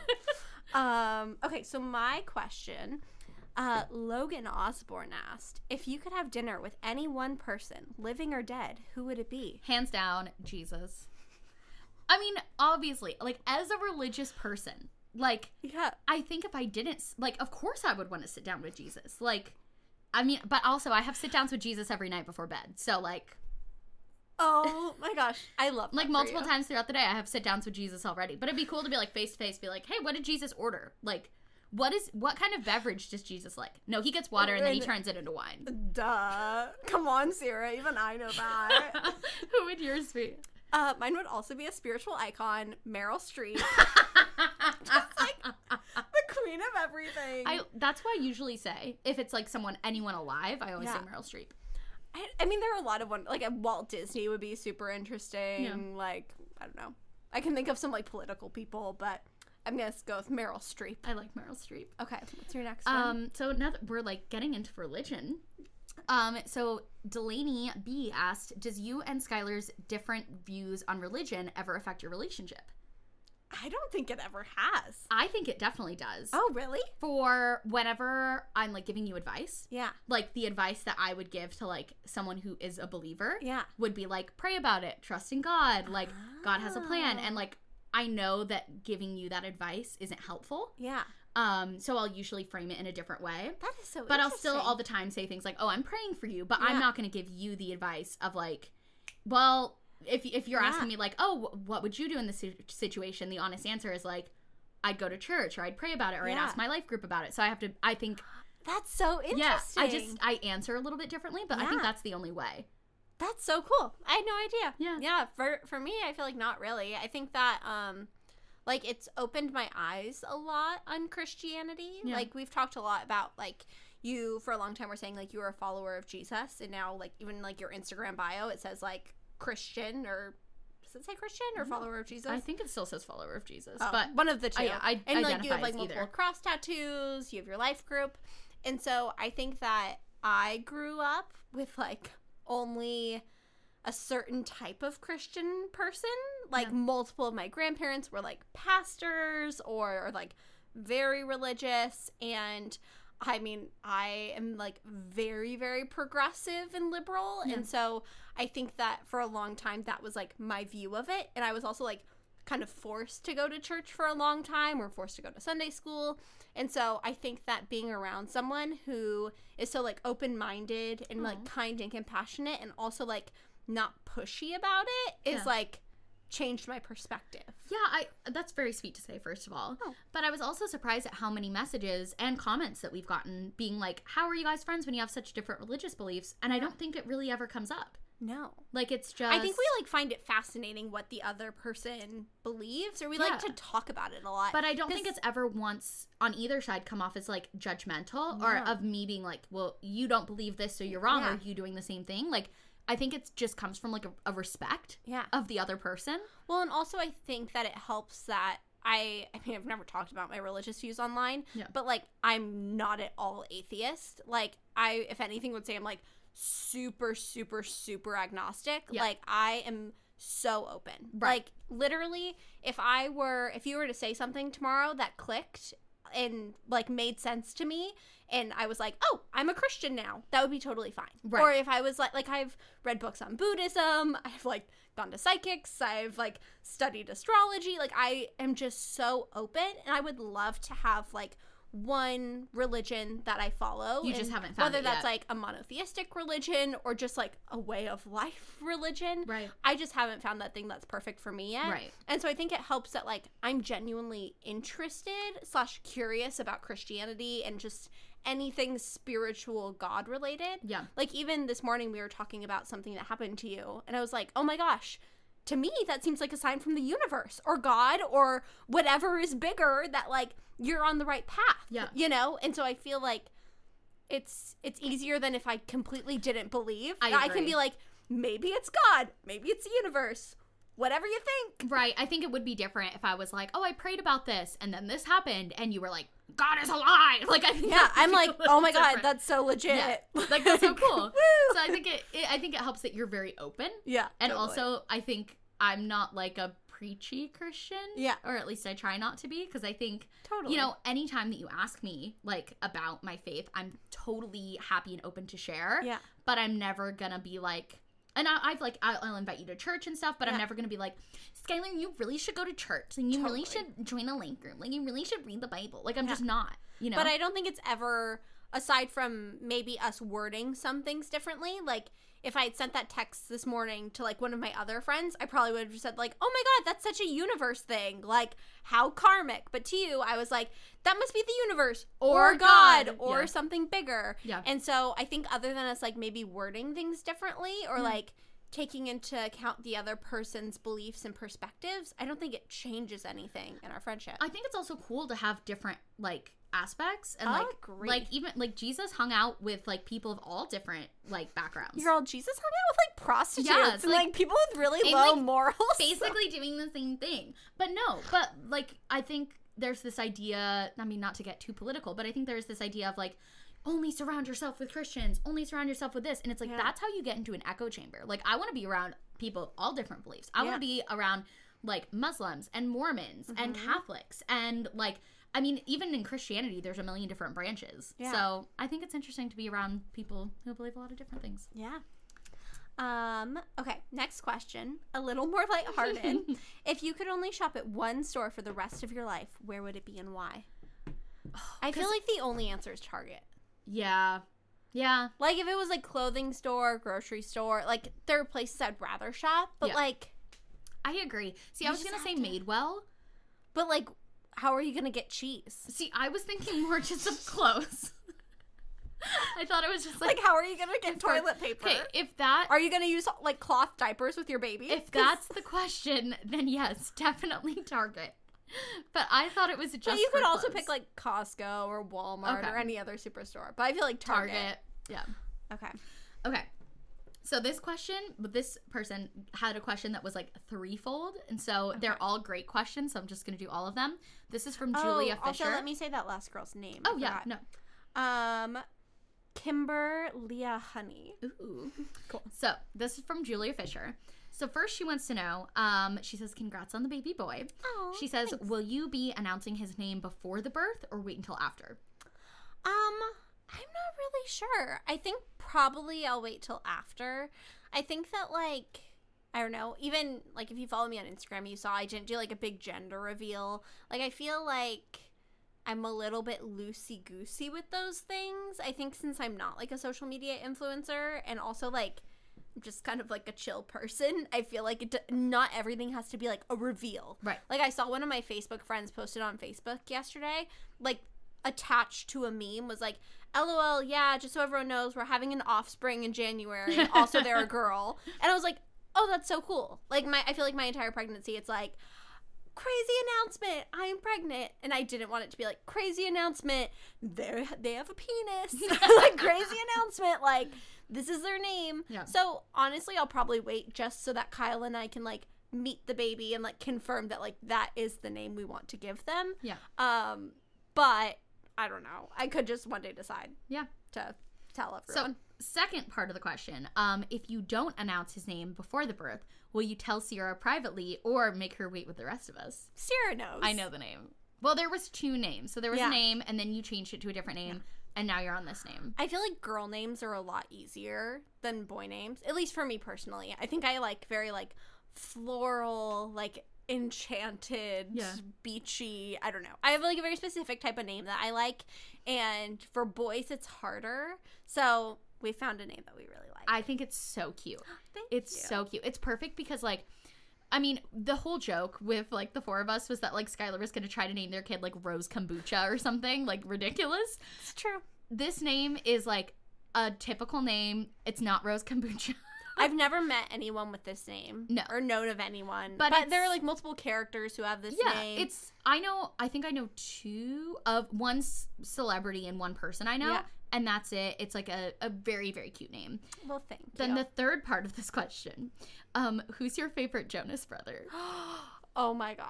Um, okay, so my question uh, Logan Osborne asked if you could have dinner with any one person, living or dead, who would it be?
Hands down, Jesus. I mean, obviously, like as a religious person, like
Yeah.
I think if I didn't, like, of course I would want to sit down with Jesus. Like, I mean, but also I have sit downs with Jesus every night before bed. So, like,
Oh my gosh, I love
like
that for
multiple
you.
times throughout the day, I have sit downs with Jesus already. But it'd be cool to be like face to face, be like, hey, what did Jesus order? Like, what is what kind of beverage does Jesus like? No, he gets water and then he
Wait.
turns it into wine.
Duh. Come on, Sarah. Even I know that.
Who would yours be?
Uh, mine would also be a spiritual icon, Meryl Streep. Just like the queen of everything.
I that's why I usually say if it's like someone anyone alive, I always say
Yeah.
Meryl Streep.
I, I mean, there are a lot of one like uh, Walt Disney would be super interesting. Like I don't know, I can think of some like political people, but I'm gonna s- go with Meryl Streep.
I like Meryl Streep.
Okay, what's your next one?
Um, so now that we're like getting into religion, um, so Delaney B asked, "Does you and Skylar's different views on religion ever affect your relationship?"
I don't think it ever has.
I think it definitely does.
Oh, really?
For whenever I'm like giving you advice,
Yeah.
like the advice that I would give to like someone who is a believer,
Yeah.
would be like pray about it, trust in God, like God has a plan,
Ah.
and like I know that giving you that advice isn't helpful.
Yeah.
Um, so I'll usually frame it in a different way.
That is so.
but I'll still
interesting.
all the time say things like, "Oh, I'm praying for you," but
Yeah.
I'm not going to give you the advice of like, well, if if you're
Yeah.
asking me like, "Oh, wh- what would you do in this si- situation?" The honest answer is like, I'd go to church or I'd pray about it or I'd
Yeah.
ask my life group about it. So I have to I think
That's so interesting.
yeah, I just I answer a little bit differently, but I
Yeah.
think that's the only way.
That's so cool. I had no idea.
Yeah.
Yeah. For for me, I feel like not really. I think that um like it's opened my eyes a lot on Christianity.
Yeah.
Like we've talked a lot about like you for a long time were saying like you were a follower of Jesus and now like even like your Instagram bio it says like Christian or does it say Christian or follower of Jesus?
I think it still says follower of Jesus,
Oh,
but
one of the two.
I- I
and like you
identify
have
as
like multiple
either.
cross tattoos, you have your life group. And so I think that I grew up with like only a certain type of Christian person. Like multiple of my grandparents were like pastors or, or like very religious and I mean, I am like very, very progressive and liberal. And so I think that for a long time, that was like my view of it. And I was also like kind of forced to go to church for a long time or forced to go to Sunday school. And so I think that being around someone who is so like open minded and
Uh-huh.
like kind and compassionate and also like not pushy about it is
Yeah.
like changed my perspective.
Yeah, I that's very sweet to say first of all.
Oh.
But I was also surprised at how many messages and comments that we've gotten being like, "How are you guys friends when you have such different religious beliefs?" And I don't think it really ever comes up.
No.
Like it's just
I think we like find it fascinating what the other person believes, or we like to
Yeah.
talk about it a lot.
but I don't think
'Cause-
it's ever once on either side come off as like judgmental or
No.
of me being like, "Well, you don't believe this, so you're wrong,"
Yeah.
or you doing the same thing. Like I think it just comes from like a, a respect
yeah.
of the other person.
Well, and also I think that it helps that I I mean I've never talked about my religious views online,
Yeah.
but like I'm not at all atheist. Like I if anything would say I'm like super super super agnostic.
Yeah.
Like I am so open.
Right.
Like literally if I were if you were to say something tomorrow that clicked and like made sense to me and I was like, "Oh, I'm a Christian now." That would be totally fine.
Right.
Or if I was like like I've read books on Buddhism, I've like gone to psychics, I've like studied astrology. Like I am just so open and I would love to have like one religion that I follow.
You just
and
haven't found
whether
it
that's
yet.
like a monotheistic religion or just like a way of life religion.
Right.
I just haven't found that thing that's perfect for me yet.
Right.
And so I think it helps that like I'm genuinely interested slash curious about Christianity and just anything spiritual God related.
Yeah.
Like even this morning we were talking about something that happened to you and I was like, "Oh my gosh, to me that seems like a sign from the universe or God or whatever is bigger that like you're on the right path."
Yeah.
You know? And so I feel like it's it's easier than if I completely didn't believe.
I
can
agree.
be like, maybe it's God, maybe it's the universe, whatever you think.
Right. I think it would be different if I was like, "Oh, I prayed about this, and then this happened," and you were like, "God is alive!" Like, I think
Yeah,
that would
I'm
be
like,
a little
oh my god,
different.
that's so legit.
yeah. like that's so cool.
Woo!
So I think it, it. I I think it helps that you're very open.
Yeah.
And
totally.
also, I think I'm not like a preachy Christian.
Yeah.
Or at least I try not to be because I think,
totally.
you know, anytime that you ask me like about my faith, I'm totally happy and open to share.
Yeah.
But I'm never going to be like, and I, I've like, I'll, I'll invite you to church and stuff, but I'm
Yeah.
never going to be like, Skylar, you really should go to church and you really
Totally.
should join a link group. Like, you really should read the Bible. Like, I'm
Yeah.
just not, you know?
But I don't think it's ever aside from maybe us wording some things differently. Like if I had sent that text this morning to like one of my other friends, I probably would have just said like, "Oh my god, that's such a universe thing. Like how karmic." But to you, I was like, "That must be the universe or,
Or
god,
God,
or
yeah.
something bigger."
Yeah.
And so I think other than us like maybe wording things differently or
Mm-hmm.
like taking into account the other person's beliefs and perspectives, I don't think it changes anything in our friendship.
I think it's also cool to have different like aspects and
I
like
agree.
like even like Jesus hung out with like people of all different like backgrounds.
Girl, Jesus hung out with like prostitutes
Yeah, it's
and like,
like-
people with really
and,
low
like,
morals.
basically doing the same thing. But no, but like I think there's this idea, I mean not to get too political, but I think there's this idea of like only surround yourself with Christians, only surround yourself with this. And it's like
Yeah.
that's how you get into an echo chamber. Like I want to be around people of all different beliefs. I
Yeah.
want to be around like Muslims and Mormons and
Mm-hmm.
Catholics and like I mean even in Christianity there's a million different branches.
Yeah.
So, I think it's interesting to be around people who believe a lot of different things.
Yeah. Um, okay, next question. A little more lighthearted. if you could only shop at one store for the rest of your life, where would it be and why? I feel like the only answer is Target.
Yeah. Yeah.
Like if it was like clothing store, grocery store, like there are places I'd rather shop, but
Yeah.
like
I agree. See,
You
I was
just
gonna say
have to-
Madewell.
but like how are you gonna get cheese?
See, I was thinking more just of clothes. I thought it was just like,
Like how are you gonna get
for-
toilet paper?
Okay, if that
Are you gonna use like cloth diapers with your baby?
if
'Cause-
that's the question, then yes, definitely Target. But I thought it was just.
But you
for
could also
clothes.
pick like Costco or Walmart or
Okay.
any other superstore. But I feel like Target.
Target. Yeah.
Okay.
Okay. So this question, but this person had a question that was like threefold, and so they're all great questions. So I'm just gonna do all of them. This is from Julia
oh,
Fisher.
Also, let me say that last girl's name. I
oh yeah,
forgot.
no.
Um, Kimber Leah Honey.
Ooh. Cool. So this is from Julia Fisher. So first she wants to know, um, she says, congrats on the baby boy.
Aw,
she says, will you be announcing his name before the birth or wait until after?
Um, I'm not really sure. I think probably I'll wait till after. I think that like I don't know, even like if you follow me on Instagram, you saw I didn't do like a big gender reveal. Like I feel like I'm a little bit loosey goosey with those things. I think since I'm not like a social media influencer and also like I'm just kind of like a chill person, I feel like it d- not everything has to be like a reveal.
Right.
Like I saw one of my Facebook friends posted on Facebook yesterday, like attached to a meme was like, LOL, yeah, just so everyone knows, we're having an offspring in January. and Also, they're a girl. And I was like, oh, that's so cool. Like, my, I feel like my entire pregnancy, it's like, crazy announcement i'm pregnant and i didn't want it to be like crazy announcement they they have a penis like crazy announcement like this is their name
Yeah.
so honestly i'll probably wait just so that kyle and i can like meet the baby and like confirm that like that is the name we want to give them
Yeah.
um but i don't know i could just one day decide
Yeah.
to tell
So
everyone
second part of the question, um, if you don't announce his name before the birth, will you tell Sierra privately or make her wait with the rest of us?
Sierra knows.
I know the name. Well, there was two names. So there was
Yeah.
a name and then you changed it to a different name and now you're on this name.
I feel like girl names are a lot easier than boy names, at least for me personally. I think I like very like floral, like enchanted,
Yeah.
beachy. I don't know. I have like a very specific type of name that I like, and for boys, it's harder. So we found a name that we really like.
I think it's so cute.
Thank
it's
you.
so cute. It's perfect because like I mean, the whole joke with like the four of us was that like Skylar was gonna try to name their kid like Rose Kombucha or something, like ridiculous.
it's true.
This name is like a typical name. It's not Rose Kombucha.
I've never met anyone with this name,
No.
or known of anyone. But,
But
there are
it's-
like multiple characters who have this
yeah.
name.
It's I know I think I know two of one s- celebrity and one person I know.
Yeah.
And that's it. It's like a, a very, very cute name.
well, thank
Then
you.
the third part of this question. Um, who's your favorite Jonas brother?
oh my gosh.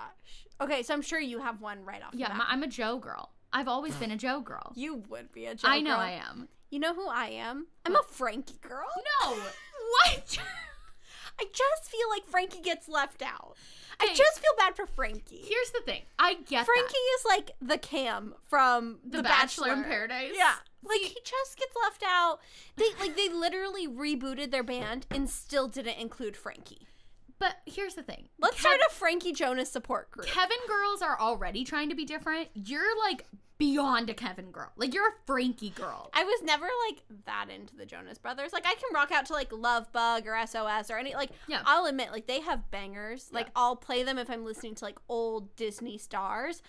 Okay, so I'm sure you have one right off. the
Yeah,
bat.
my, I'm a Joe girl. I've always been a Joe girl.
You would be a Joe
I know
girl.
I am.
You know who I am? I'm a Frankie girl.
No, What?
I just feel like Frankie gets left out. I
Hey.
just feel bad for Frankie.
Here's the thing. I get
Frankie
that.
is like the Cam from
The Bachelor in Paradise.
Yeah, like he just gets left out. They like they literally rebooted their band and still didn't include Frankie.
But here's the thing.
Let's
Kev-
start a Frankie Jonas support group.
Kevin girls are already trying to be different. You're like beyond a Kevin girl. Like you're a Frankie girl.
I was never like that into the Jonas Brothers. Like I can rock out to like Love Bug or SOS or any like
Yeah.
I'll admit like they have bangers. Like I'll play them if I'm listening to like old Disney stars.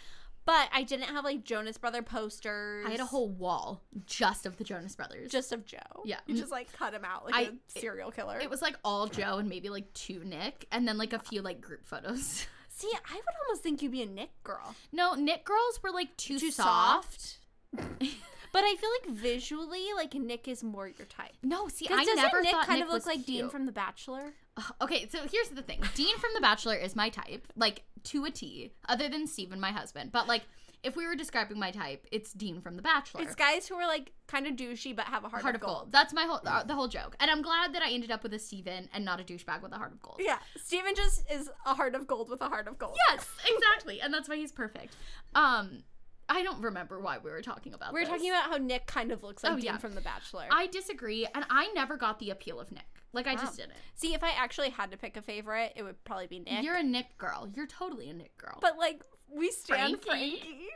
But I didn't have like Jonas Brother posters.
I had a whole wall just of the Jonas Brothers.
just of Joe.
Yeah.
You just like cut him out like
I-
a serial killer.
it was like all Joe and maybe like two Nick, and then like a few like group photos.
See, I would almost think you'd be a Nick girl.
No, Nick girls were like too,
Too
soft.
soft. but I feel like visually, like Nick is more your type.
No, see, I
Because doesn't
never
Nick
thought
kind
Nick
of look
was
like Dean
cute.
from The Bachelor?
Ugh, Okay, so here's the thing. Dean from The Bachelor is my type, like to a T, other than Steven, my husband. But like if we were describing my type, it's Dean from The Bachelor.
It's guys who are like kind of douchey but have a heart,
heart of gold. That's my whole uh, the whole joke. And I'm glad that I ended up with a Steven and not a douchebag with a heart of gold.
Yeah, Steven just is a heart of gold with a heart of gold.
Yes, exactly. and that's why he's perfect. Um I don't remember why we were talking about
We We're
this.
talking about how Nick kind of looks like
Oh,
Dean
yeah.
from The Bachelor.
I disagree and I never got the appeal of Nick. Like I just didn't.
See, if I actually had to pick a favorite, it would probably be Nick.
You're a Nick girl. You're totally a Nick girl.
but like, we stand
Frankie.
Frankie.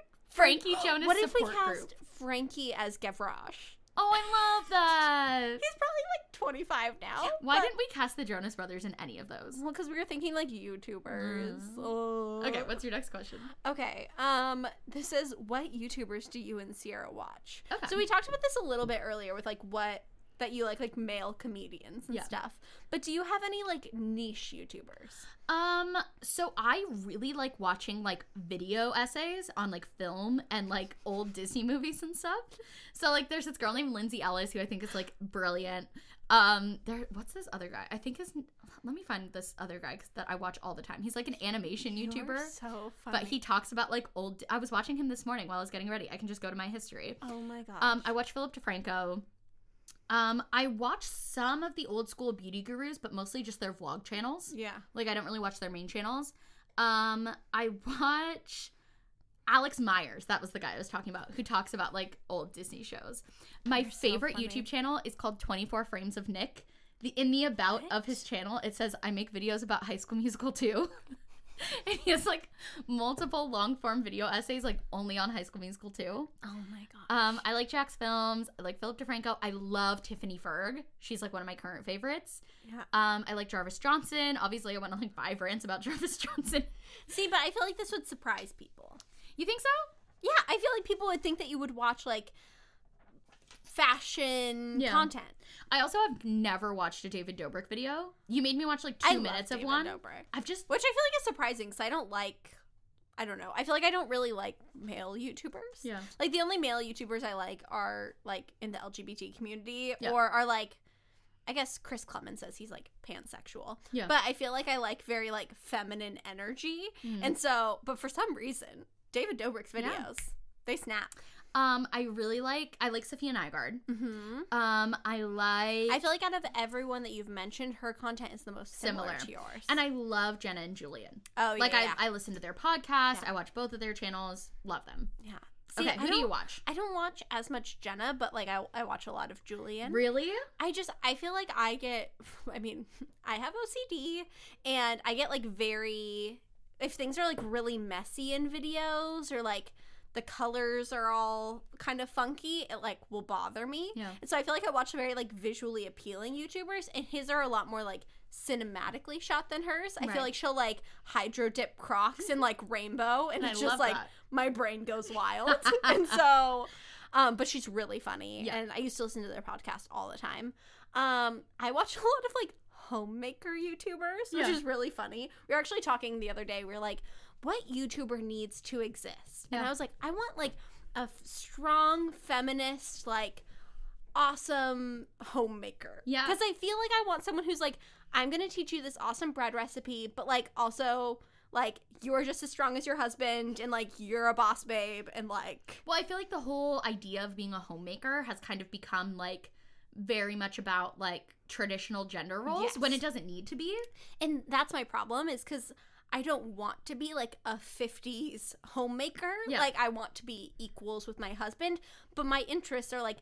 Frankie Jonas
What if we
support
cast
group.
Frankie as Gavroche?
oh, I love that.
He's probably like 25 now.
Why
but-
didn't we cast the Jonas Brothers in any of those?
Well, because we were thinking like YouTubers. Ugh.
Okay, what's your next question?
Okay. Um, this is what YouTubers do you and Sierra watch?
Okay.
So we talked about this a little bit earlier with like what that you like, like male comedians and
Yeah.
stuff. But do you have any like niche YouTubers?
Um, so I really like watching like video essays on like film and like old Disney movies and stuff. So like there's this girl named Lindsay Ellis who I think is like brilliant. Um, there what's this other guy? I think is let me find this other guy 'cause that I watch all the time. He's like an animation YouTuber.
You're so funny.
but he talks about like old I was watching him this morning while I was getting ready. I can just go to my history.
Oh my god.
Um, I watch Philip DeFranco. Um, I watch some of the old school beauty gurus, but mostly just their vlog channels.
yeah.
Like I don't really watch their main channels. Um, I watch Alex Myers. That was the guy I was talking about who talks about like old Disney shows. My favorite
funny.
YouTube channel is called 24 Frames of Nick. The in the about of his channel, it says I make videos about High School Musical too. and he has like multiple long form video essays like only on High School Musical too.
Oh my god.
Um, I like Jack's films. I like Philip DeFranco. I love Tiffany Ferg. She's like one of my current favorites.
Yeah.
Um, I like Jarvis Johnson. Obviously, I went on like five rants about Jarvis Johnson.
See, but I feel like this would surprise people.
You think so?
Yeah, I feel like people would think that you would watch like fashion
Yeah.
content.
I also have never watched a David Dobrik video. You made me watch like two
I love
minutes of
David
one.
Dobrik.
I've just
which I feel like is surprising because I don't like. I don't know. I feel like I don't really like male YouTubers.
Yeah.
Like the only male YouTubers I like are like in the LGBT community
Yeah.
or are like, I guess Chris Clemens says he's like pansexual.
Yeah.
But I feel like I like very like feminine energy, and so but for some reason David Dobrik's videos
Mm. Yeah.
they snap.
um, I really like I like Sophia Nygaard.
Mm-hmm.
Um, I like
I feel like out of everyone that you've mentioned, her content is the most similar,
similar
to yours.
and I love Jenna and Julian.
oh yeah,
like
yeah, yeah.
I, I listen to their podcast. I watch both of their channels. Love them.
yeah. See,
okay,
I
who do you
don't-
watch?
I don't watch as much Jenna, but like I, I watch a lot of Julian.
Really?
I just I feel like I get I mean, I have OCD and I get like very if things are like really messy in videos or like the colors are all kind of funky, it like will bother me.
Yeah.
And so I feel like I watch very like visually appealing YouTubers and his are a lot more like cinematically shot than hers. I
Right.
feel like she'll like hydro dip crocs and like rainbow and
I
it's
love
just like
that.
my brain goes wild. and so um, but she's really funny.
Yeah.
And I used to listen to their podcast all the time. Um, I watch a lot of like homemaker YouTubers, which
Yeah.
is really funny. We were actually talking the other day. We were like, what YouTuber needs to exist? And
Yeah.
I was like, I want like a f- strong feminist, like awesome homemaker.
Yeah.
Because I feel like I want someone who's like, I'm going to teach you this awesome bread recipe, but like also. Like you're just as strong as your husband, and like you're a boss babe, and like
Well, I feel like the whole idea of being a homemaker has kind of become like very much about like traditional gender roles when
Yes.
it doesn't need to be.
And that's my problem is because I don't want to be like a 50s homemaker.
Yeah.
Like, I want to be equals with my husband, but my interests are like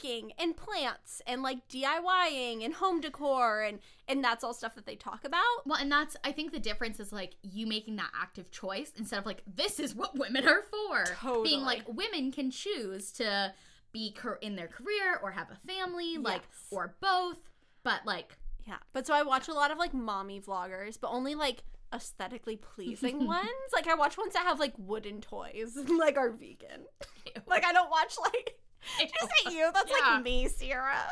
baking and plants and like DIYing and home decor and and that's all stuff that they talk about.
Well, and that's I think the difference is like you making that active choice instead of like this is what women are for.
Totally.
Being like women can choose to be car- in their career or have a family, like
Yes.
or both, but like
Yeah. But so I watch a lot of like mommy vloggers, but only like aesthetically pleasing ones. Like I watch ones that have like wooden toys and like are vegan. Like I don't watch like Did you say you? That's
Yeah.
like me, Sierra.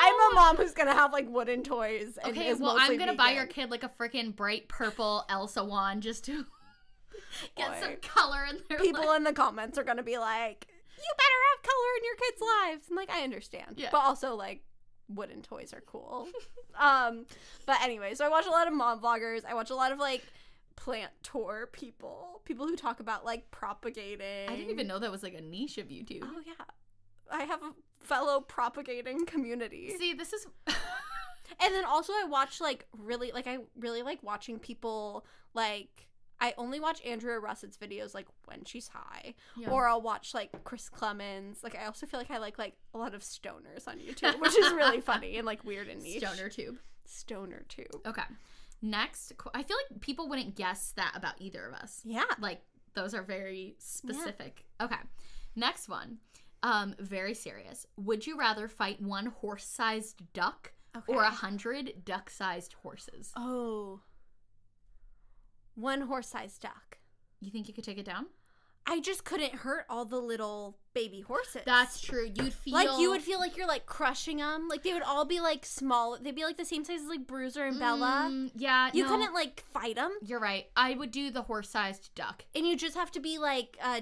I'm a mom who's gonna have like wooden toys. And
Okay,
is
well, I'm
mostly
gonna buy your
vegan.
kid like a freaking bright purple Elsa wand just to get some
Boy.
color in their
People
life.
in the comments are gonna be like, "You better have color in your kids' lives." And like, I understand,
Yeah.
but also like, wooden toys are cool. um, but anyway, so I watch a lot of mom vloggers. I watch a lot of like plant tour people, people who talk about like propagating.
I didn't even know that was like a niche of YouTube.
Oh yeah, I have a fellow propagating community.
See, this is
And then also I watch like really like I really like watching people like I only watch Andrea Russett's videos like when she's high.
Yeah.
Or I'll watch like Chris Clemens. Like I also feel like I like like a lot of stoners on YouTube, which is really funny and like weird and niche.
stoner Oh. tube.
Stoner too.
Okay. Next, qu- I feel like people wouldn't guess that about either of us.
Yeah.
Like those are very specific. Okay. Next one. Um very serious. Would you rather fight one horse-sized duck or
Okay.
a 100 duck-sized horses?
Oh. One horse-sized duck.
You think you could take it down?
I just couldn't hurt all the little baby horses.
That's true. You'd feel
Like you would feel like you're like crushing them. Like they would all be like small. They'd be like the same size as like Bruiser and Bella.
Mm, yeah.
You
no.
couldn't like fight them,
You're right. I would do the horse-sized duck.
and you just have to be like uh,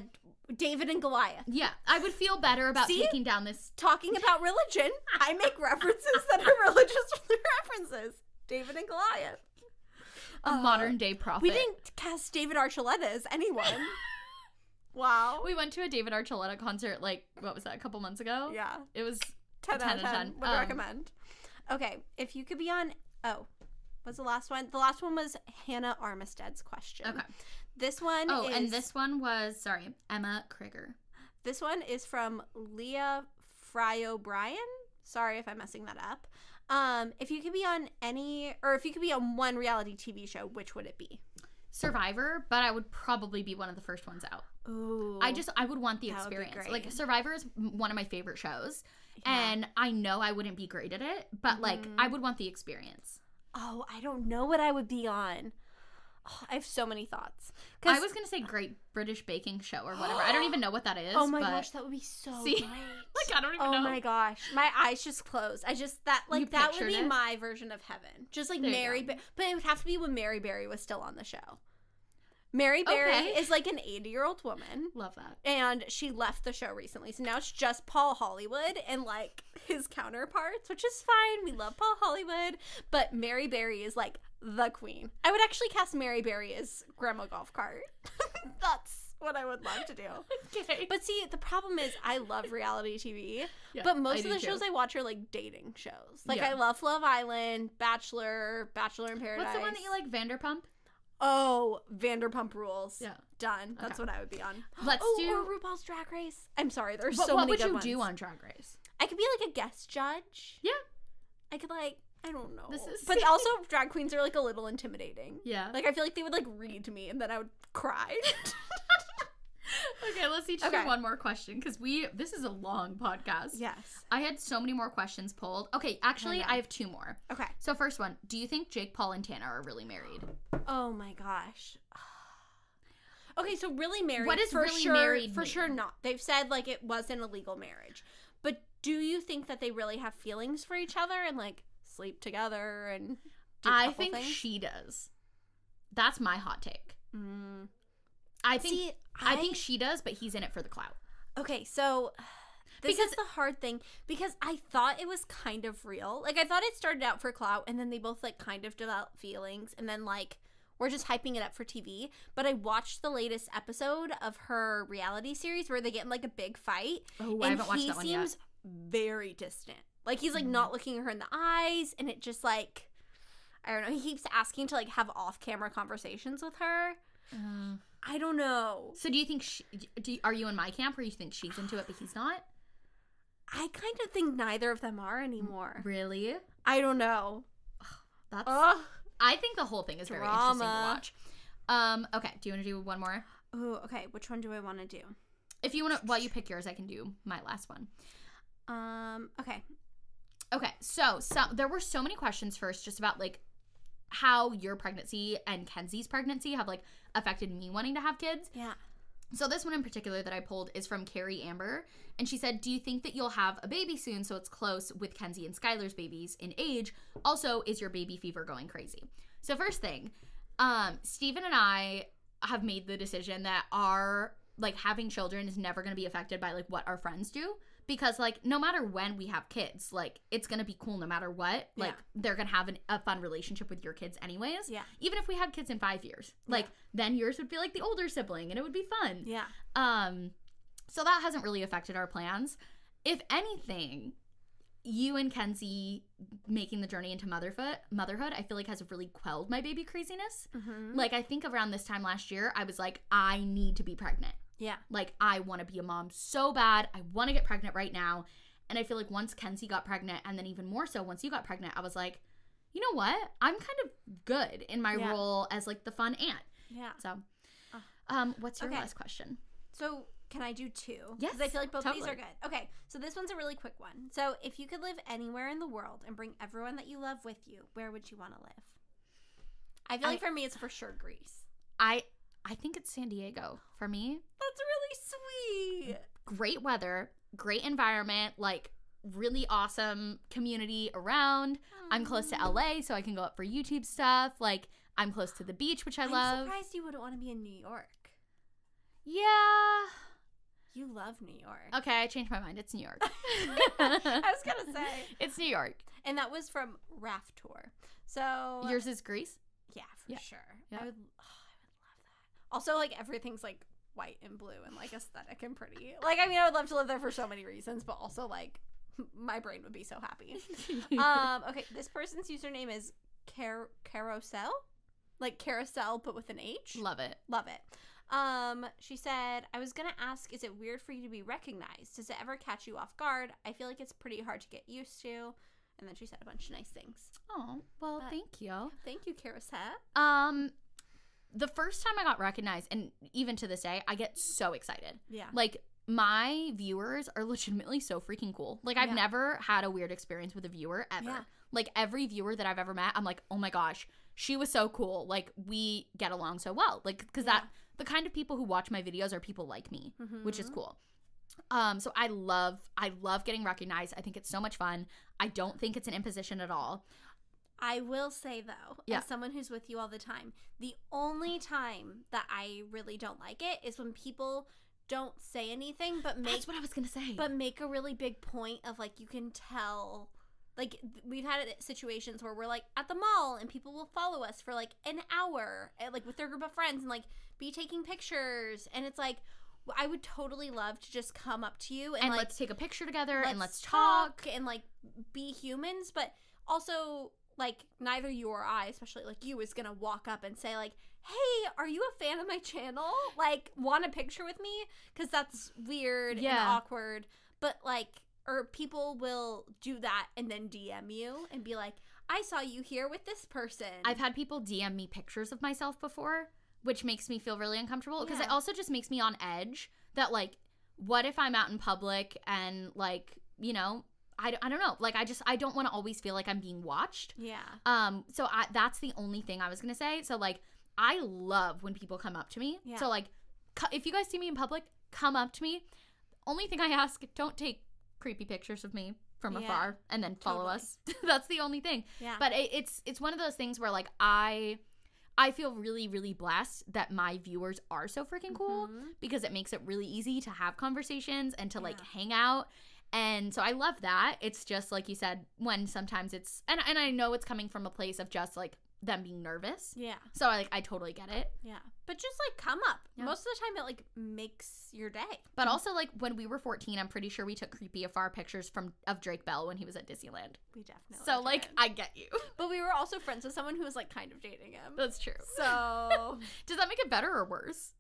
David and Goliath
Yeah, I would feel better about
See?
taking down this.
talking about religion. I make references that are religious references. David and Goliath.
A modern day prophet.
Uh, We didn't cast David Archuleta as anyone. wow.
We went to a David Archuleta concert like what was that a couple months ago?
Yeah.
It was
10 out of 10. Would
Um,
recommend. Okay, if you could be on. Oh, was the last one? The last one was Hannah Armistead's question.
Okay.
This one.
Oh, and
is-
this one was sorry, Emma Krieger.
This one is from Leah Fry O'Brien. Sorry if I'm messing that up. Um, if you could be on any, or if you could be on one reality TV show, which would it be?
Survivor, but I would probably be one of the first ones out.
Ooh,
I just I would want the
That would be
experience.
great.
Like Survivor is m- one of my favorite shows, and I know I wouldn't be great at it, but
Mm-hmm.
like I would want the experience.
oh, I don't know what I would be on. Oh, I have so many thoughts.
I was gonna say Great British Baking Show or whatever. I don't even know what that is.
oh my
but
gosh, that would be so
see,
great.
like I don't even
Oh
know.
my gosh, my eyes just closed. I just that like
You
that would
pictured
be
it?
my version of heaven, just like
There you
Mary,
go.
ba- but it would have to be when Mary Berry was still on the show. Mary Berry
Okay.
is like an eighty-year-old woman,
Love that.
and she left the show recently, so now it's just Paul Hollywood and like his counterparts, which is fine. We love Paul Hollywood, but Mary Berry is like the queen. I would actually cast Mary Berry as Grandma Golf Cart. That's what I would love to do.
Okay.
But see, the problem is I love reality TV,
Yeah,
but
I
most of
do
the shows
too.
I watch are like dating shows. Like
Yeah.
I love Love Island, Bachelor, Bachelor in Paradise.
What's the one that you like, Vanderpump?
Oh, Vanderpump Rules.
Yeah.
Done. That's
Okay.
what I would be on.
Let's
oh,
do-
or RuPaul's Drag Race. I'm sorry, there's
But
so
what
many
would
good
you
ones.
do on Drag Race?
I could be like a guest judge.
Yeah.
I could like I don't know.
This is-
But also drag queens are like a little intimidating.
Yeah.
Like I feel like they would like read me and then I would cry.
Okay, let's each
Okay.
do one more question because we this is a long podcast.
yes.
I had so many more questions pulled. Okay, actually, I have two more.
Okay.
So first one, do you think Jake Paul and Tana are really married?
Oh my gosh. Okay, so really married.
What does
for
really
sure,
married
For
mean?
sure not. They've said like it wasn't a legal marriage. But do you think that they really have feelings for each other and like sleep together and do a
I
couple
think
things?
she does. That's my hot take. I think
Mm. See,
I,
I-
think she does, but he's in it for the clout.
Okay, so this
Because-
is the hard thing because I thought it was kind of real. Like I thought it started out for clout and then they both like kind of developed feelings and then like we're just hyping it up for TV. But I watched the latest episode of her reality series where they get in like a big fight.
Oh,
and
I haven't watched
he
that one yet. Mm.
seems very distant. Like he's like not looking her in the eyes, and it just like I don't know. He keeps asking to like have off camera conversations with her. I don't know.
So do you think she, do you, are you in my camp or you think she's into it but he's not?
I kind of think neither of them
Mm,
are anymore.
Really?
I don't know.
That's
Ugh.
I think the whole thing is very interesting to
Drama.
watch. Um okay, do you want to do one more?
Oh, okay. Which one do I want to do?
If you want to while you pick yours I can do my last one.
Um. Okay.
Okay, so so there were so many questions first just about like how your pregnancy and Kenzie's pregnancy have like affected me wanting to have kids.
Yeah.
So this one in particular that I pulled is from Carrie Amber, and she said, "Do you think that you'll have a baby soon? So it's close with Kenzie and Skylar's babies in age. Also, is your baby fever going crazy?" So first thing, um, Stephen and I have made the decision that our like having children is never going to be affected by like what our friends do because like no matter when we have kids like it's going to be cool no matter what like
Yeah.
they're going to have an, a fun relationship with your kids anyways
Yeah.
even if we had kids in five years like then yours would be like the older sibling and it would be fun
Yeah.
um, so that hasn't really affected our plans. If anything, you and Kenzie making the journey into motherhood, motherhood, I feel like has really quelled my baby craziness.
mm-hmm.
Like I think around this time last year, I was like, I need to be pregnant.
Yeah.
Like I want to be a mom so bad. I want to get pregnant right now. And I feel like once Kenzie got pregnant, and then even more so once you got pregnant, I was like, you know what? I'm kind of good in my
Yeah.
role as like the fun aunt.
Yeah.
So, um, what's your
Okay.
last question?
So can I do two?
Yes,
Because I feel like both of these are
totally.
good. Okay. So this one's a really quick one. So if you could live anywhere in the world and bring everyone that you love with you, where would you want to live? I feel like
I-
for me, it's for sure Greece.
I I think it's San Diego for me.
That's really sweet.
Great weather, great environment, like really awesome community around. I'm close to LA, so I can go up for YouTube stuff. Like I'm close to the beach, which I
I'm
love.
surprised you wouldn't want to be in New York.
Yeah.
You love New York.
Okay, I changed my mind. It's New York.
I was gonna say,
it's New York.
and that was from Raft Tour. So
Yours is Greece.
yeah, for
Yeah.
sure.
Yeah.
I would, oh, I would love that. Also, like everything's like white and blue and like aesthetic and pretty. Like, I mean, I would love to live there for so many reasons, but also like my brain would be so happy. um, okay, this person's username is Car- Carousel, like carousel, but with an H.
Love it.
Love it. Um, she said, I was gonna ask, is it weird for you to be recognized? Does it ever catch you off guard? I feel like it's pretty hard to get used to. And then she said a bunch of nice things.
Oh, well,
But-
thank you.
Thank you, Carousel.
Um the first time I got recognized and even to this day, I get so excited.
Yeah.
Like my viewers are legitimately so freaking cool. Like I've
Yeah.
never had a weird experience with a viewer ever.
Yeah.
Like every viewer that I've ever met, I'm like, "Oh my gosh, she was so cool. Like we get along so well." Like cuz that the kind of people who watch my videos are people like me, which
Mm-hmm.
is cool. Um so I love I love getting recognized. I think it's so much fun. I don't think it's an imposition at all.
I will say though,
Yeah.
as someone who's with you all the time, the only time that I really don't like it is when people don't say anything but make
That's what I was going to say.
but make a really big point of like you can tell like th- we've had it- situations where we're like at the mall and people will follow us for like an hour eh, like with their group of friends and like be taking pictures and it's like w- i would totally love to just come up to you and,
and
like
let's take a picture together and let's talk.
talk and like be humans but also like neither you or i especially like you is gonna walk up and say like hey are you a fan of my channel like want a picture with me because that's weird and
Yeah.
awkward but like or people will do that and then dm you and be like i saw you here with this person
I've had people DM me pictures of myself before, which makes me feel really uncomfortable because it
Yeah.
also just makes me on edge that, like, what if I'm out in public and, like, you know, I, I don't know. Like, I just, I don't want to always feel like I'm being watched.
yeah
Um, so I, that's the only thing I was gonna say. So like, I love when people come up to me.
Yeah.
So like, co- if you guys see me in public, come up to me. Only thing I ask: don't take creepy pictures of me from
Yeah.
afar and then follow
Totally.
us. that's the only thing.
Yeah.
But it, it's it's one of those things where like I. I feel really, really blessed that my viewers are so freaking cool
Mm-hmm.
because it makes it really easy to have conversations and to like
Yeah.
hang out. And so I love that. It's just like you said, when sometimes it's and and I know it's coming from a place of just like them being nervous.
Yeah.
So I like I totally get it.
Yeah. But just like come up. Most of the time it like makes your day.
But also like when we were 14, I'm pretty sure we took creepy afar pictures from of Drake Bell when he was at Disneyland.
We definitely.
so like
did.
I get you.
but we were also friends with someone who was like kind of dating him.
That's true.
So
Does that make it better or worse?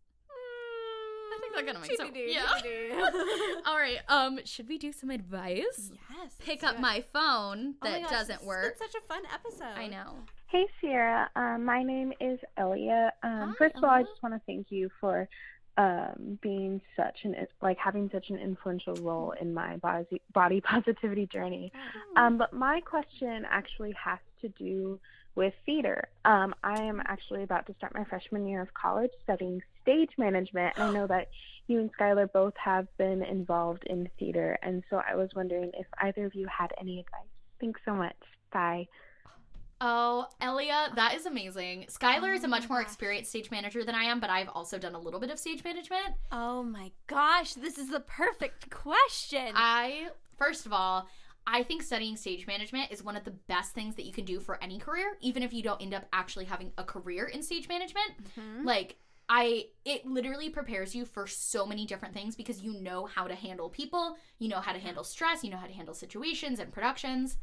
I
think they're gonna make some-
TBD,
yeah.
TBD.
All right. Um should we do some advice?
yes.
Pick
let's
up
do it.
my phone
Oh my
that
gosh, this
doesn't
has
work.
been such a fun episode.
I know.
Hey, Sierra. Um, my name is Elia. Um,
Hi,
first of all, I
Elia.
just want to thank you for um, being such an like having such an influential role in my body body positivity journey.
Oh.
Um, but my question actually has to do with theater. Um, I am actually about to start my freshman year of college studying stage management, and I know that you and Skylar both have been involved in theater, and so I was wondering if either of you had any advice. Thanks so much. Bye.
Oh, Elia, that is amazing. Skylar is a much more experienced stage manager than I am, but I've also done a little bit of stage management.
Oh my gosh, this is the perfect question.
I first of all, I think studying stage management is one of the best things that you can do for any career, even if you don't end up actually having a career in stage management.
Mm-hmm.
Like I it literally prepares you for so many different things because you know how to handle people, you know how to handle stress, you know how to handle situations and productions.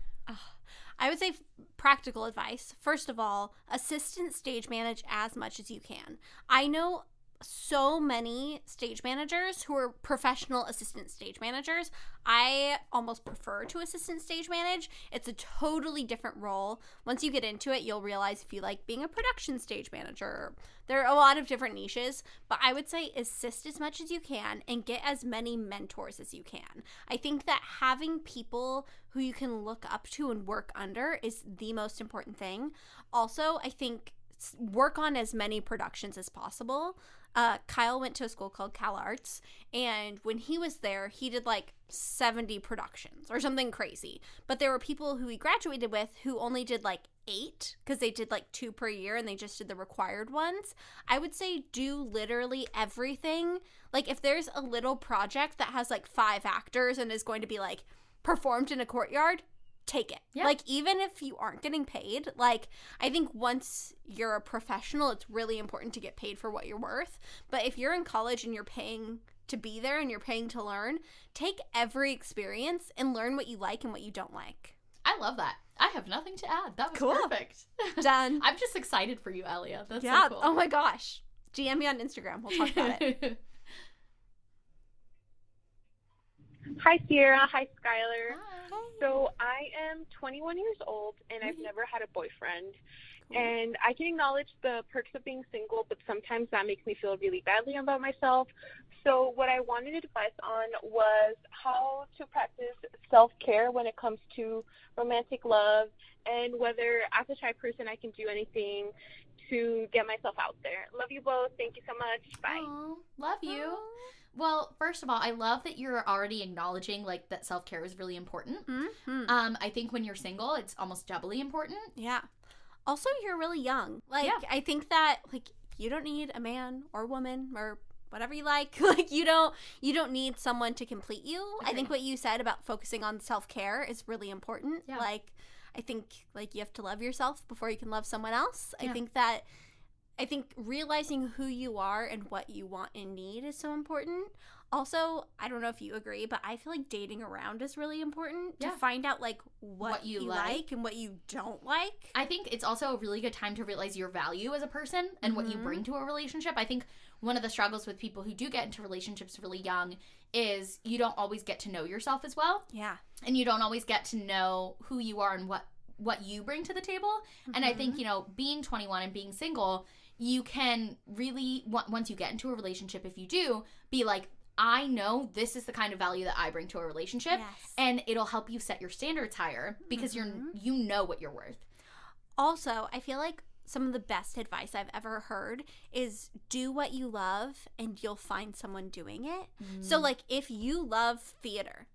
I would say f- practical advice. First of all, assistant stage manage as much as you can. I know so many stage managers who are professional assistant stage managers. I almost prefer to assistant stage manage. It's a totally different role. Once you get into it, you'll realize if you like being a production stage manager. There are a lot of different niches, but I would say assist as much as you can and get as many mentors as you can. I think that having people who you can look up to and work under is the most important thing. Also, I think s- work on as many productions as possible. Uh, Kyle went to a school called Cal Arts, and when he was there, he did like 70 productions or something crazy. But there were people who he graduated with who only did like eight because they did like two per year and they just did the required ones. I would say do literally everything. Like, if there's a little project that has like five actors and is going to be like performed in a courtyard, take it.
Yeah.
Like even if you aren't getting paid, like I think once you're a professional, it's really important to get paid for what you're worth. But if you're in college and you're paying to be there and you're paying to learn, take every experience and learn what you like and what you don't like.
I love that. I have nothing to add. That was perfect.
Done.
I'm just excited for you, Elia. That's
yeah.
so cool.
Oh my gosh. DM me on Instagram. We'll talk about it.
Hi, Sierra. Hi, Skylar.
Hi.
So I am 21 years old and
Mm-hmm.
I've never had a boyfriend. And I can acknowledge the perks of being single, but sometimes that makes me feel really badly about myself. So what I wanted advice on was how to practice self-care when it comes to romantic love and whether as a shy person I can do anything to get myself out there. Love you both. Thank you so much. Bye.
Aw, love you. Well, first of all, I love that you're already acknowledging like that self care is really important.
Mhm.
Um, I think when you're single, it's almost doubly important.
Yeah. Also, you're really young. Like,
Yeah.
I think that like you don't need a man or woman or whatever you like. Like, you don't you don't need someone to complete you. I think
Agreed.
what you said about focusing on self care is really important.
Yeah.
Like, I think like you have to love yourself before you can love someone else. I
Yeah.
think that. I think realizing who you are and what you want and need is so important. Also, I don't know if you agree, but I feel like dating around is really important
Yeah.
to find out like what,
What you
you
like.
like and what you don't like.
I think it's also a really good time to realize your value as a person and what you bring to a relationship. I think one of the struggles with people who do get into relationships really young is you don't always get to know yourself as well.
yeah.
and you don't always get to know who you are and what what you bring to the table and i
Mm-hmm.
think you know being 21 and being single you can really on- once you get into a relationship if you do be like i know this is the kind of value that i bring to a relationship
Yes. Mm-hmm.
and it'll help you set your standards higher because you're you know what you're worth
Also, I feel like some of the best advice I've ever heard is do what you love and you'll find someone doing it.
Mm.
So, like, if you love theater,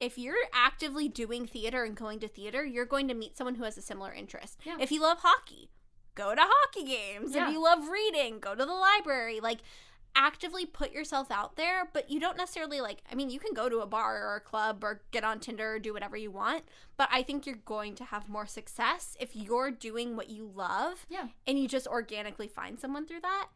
if you're actively doing theater and going to theater, you're going to meet someone who has a similar interest.
Yeah.
If you love hockey, go to hockey games.
Yeah.
If you love reading, go to the library. Like, actively put yourself out there, but you don't necessarily like, I mean, you can go to a bar or a club or get on Tinder or do whatever you want, but I think you're going to have more success if you're doing what you love
Yeah.
and you just organically find someone through that.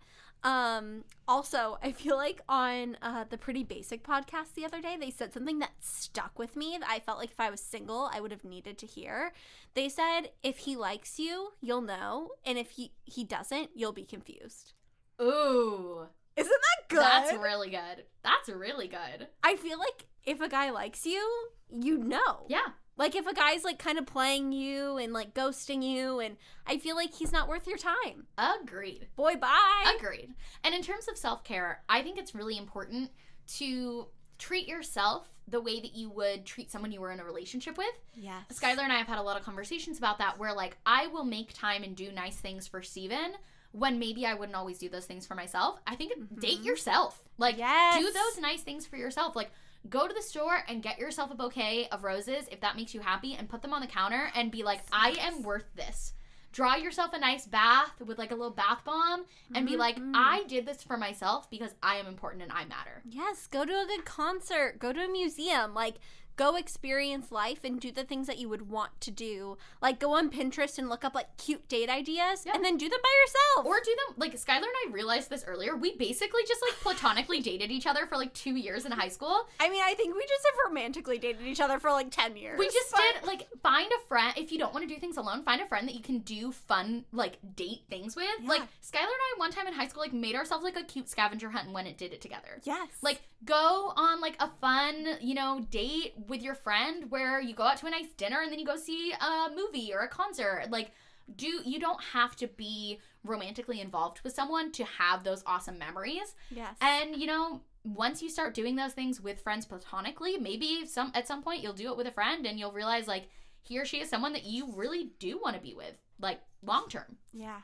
Um, also, I feel like on uh, the Pretty Basic podcast the other day, they said something that stuck with me that I felt like if I was single, I would have needed to hear. They said, if he likes you, you'll know. And if he, he doesn't, you'll be confused.
Ooh.
Isn't that good?
That's really good. That's really good.
I feel like if a guy likes you, you know.
Yeah.
Like if a guy's like kind of playing you and like ghosting you, and I feel like he's not worth your time.
Agreed.
Boy, bye.
Agreed. And in terms of self care, I think it's really important to treat yourself the way that you would treat someone you were in a relationship with.
Yes.
Skylar and I have had a lot of conversations about that where like I will make time and do nice things for Steven when maybe I wouldn't always do those things for myself. I think date yourself. Like
Mm-hmm. Yes.
do those nice things for yourself. Like go to the store and get yourself a bouquet of roses if that makes you happy and put them on the counter and be like I am worth this. Draw yourself a nice bath with like a little bath bomb and be like
Mm-hmm.
I did this for myself because I am important and I matter.
Yes, go to a good concert, go to a museum, like go experience life and do the things that you would want to do. Like go on Pinterest and look up like cute date ideas
Yeah.
and then do them by yourself.
Or do them like Skylar and I realized this earlier. We basically just like platonically dated each other for like two years in high school.
I mean, I think we just have romantically dated each other for like 10 years.
We just
but-
did like find a friend if you don't want to do things alone, find a friend that you can do fun like date things with. Like Skylar and I one time in high school like made ourselves like a cute scavenger hunt and went and did it together.
Yes.
Like go on like a fun, you know, date with your friend where you go out to a nice dinner and then you go see a movie or a concert. Like do you don't have to be romantically involved with someone to have those awesome memories.
Yes.
And you know, once you start doing those things with friends platonically, maybe some at some point you'll do it with a friend and you'll realize like he or she is someone that you really do want to be with, like long term.
yeah.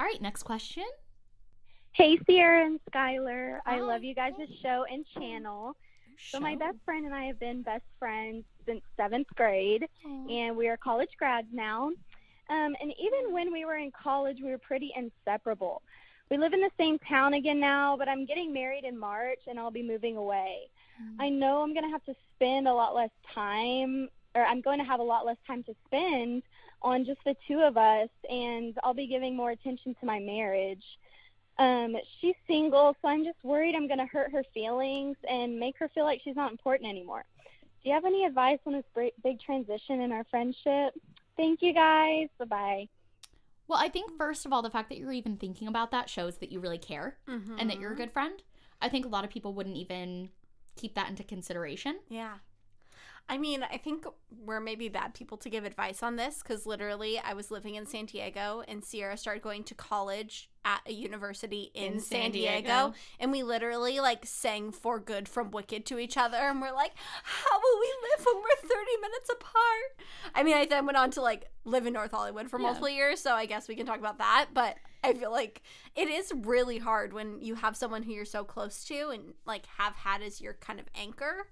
All right, next question.
Hey, Sierra and Skylar. I
Hi.
love you guys' show and channel. So, my best friend and I have been best friends since seventh grade, and we are college grads now. Um, and even when we were in college, we were pretty inseparable. We live in the same town again now, but I'm getting married in March and I'll be moving away. I know I'm going to have to spend a lot less time, or I'm going to have a lot less time to spend on just the two of us, and I'll be giving more attention to my marriage. Um, she's single, so I'm just worried I'm going to hurt her feelings and make her feel like she's not important anymore. Do you have any advice on this br- big transition in our friendship? Thank you guys. Bye bye.
Well, I think first of all, the fact that you're even thinking about that shows that you really care
Mm-hmm.
and that you're a good friend. I think a lot of people wouldn't even keep that into consideration.
Yeah. I mean, I think we're maybe bad people to give advice on this because literally I was living in San Diego and Sierra started going to college at a university in,
In
San,
San
Diego.
Diego.
And we literally like sang for good from Wicked to each other. And we're like, how will we live when we're 30 minutes apart? I mean, I then went on to like live in North Hollywood for
Yeah.
multiple years. So I guess we can talk about that. But I feel like it is really hard when you have someone who you're so close to and like have had as your kind of anchor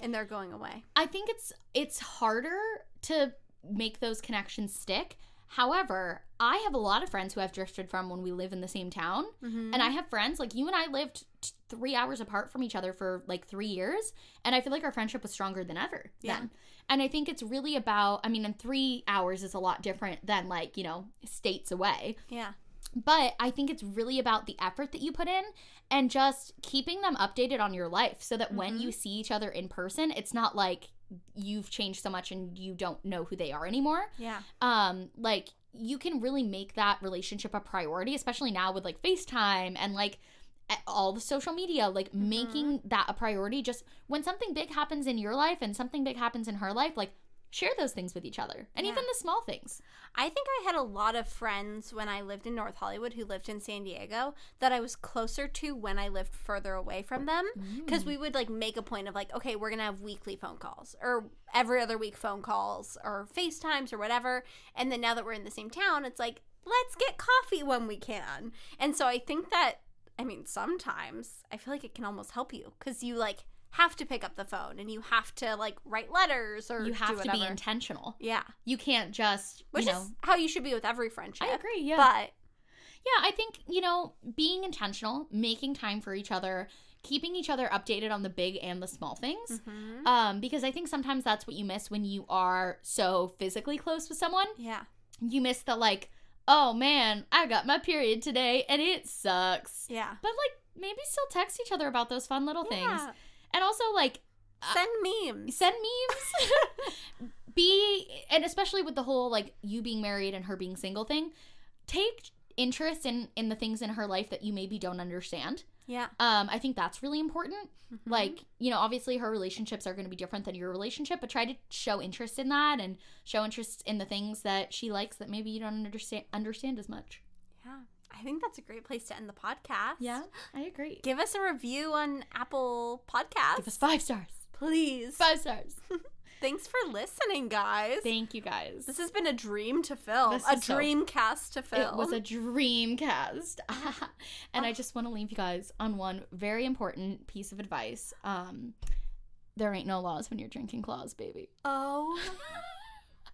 and they're going away.
I think it's it's harder to make those connections stick. However, I have a lot of friends who I've drifted from when we live in the same town, and I have friends like you and I lived t- three hours apart from each other for like three years, and I feel like our friendship was stronger than ever.
Yeah.
Then. and I think it's really about. I mean, and three hours is a lot different than like you know states away.
Yeah.
But I think it's really about the effort that you put in and just keeping them updated on your life so that when you see each other in person, it's not like you've changed so much and you don't know who they are anymore.
Yeah.
Um like you can really make that relationship a priority, especially now with like FaceTime and like a- all the social media, like
Mm-hmm.
making that a priority just when something big happens in your life and something big happens in her life, like share those things with each other and
Yeah.
even the small things.
I think I had a lot of friends when I lived in North Hollywood who lived in San Diego that I was closer to when I lived further away from them
Mm.
because we would like make a point of like, okay, we're going to have weekly phone calls or every other week phone calls or FaceTimes or whatever. And then now that we're in the same town, it's like, let's get coffee when we can. And so I think that, I mean, sometimes I feel like it can almost help you because you like have to pick up the phone and you have to like write letters or
You
do
have to be
whatever.
intentional.
Yeah
You can't just,
which
you know,
is how you should be with every friendship.
I agree, yeah.
But
Yeah, I think, you know, being intentional, making time for each other, keeping each other updated on the big and the small things.
Mm-hmm.
Um, because I think sometimes that's what you miss when you are so physically close with someone.
Yeah.
You miss the like, oh man, I got my period today and it sucks.
Yeah.
But like maybe still text each other about those fun little
Yeah.
things. Uh, And also like
Send memes.
send memes. Be and especially with the whole like you being married and her being single thing, take interest in in the things in her life that you maybe don't understand.
Yeah.
Um, I think that's really important.
Mhm.
Like, you know, obviously her relationships are going to be different than your relationship, but try to show interest in that and show interest in the things that she likes that maybe you don't understand understand as much.
Yeah. I think that's a great place to end the podcast.
I agree. Give,
Give us a review on Apple Podcasts.
us five stars.
Please.
Five stars.
Thanks for listening, guys.
Thank you guys.
This has been a dream to film,
This
a
is so-
dream cast to film.
It was a dream cast. and I just want to leave you guys on one very important piece of advice. Um, there ain't no laws when you're drinking claws, baby.
oh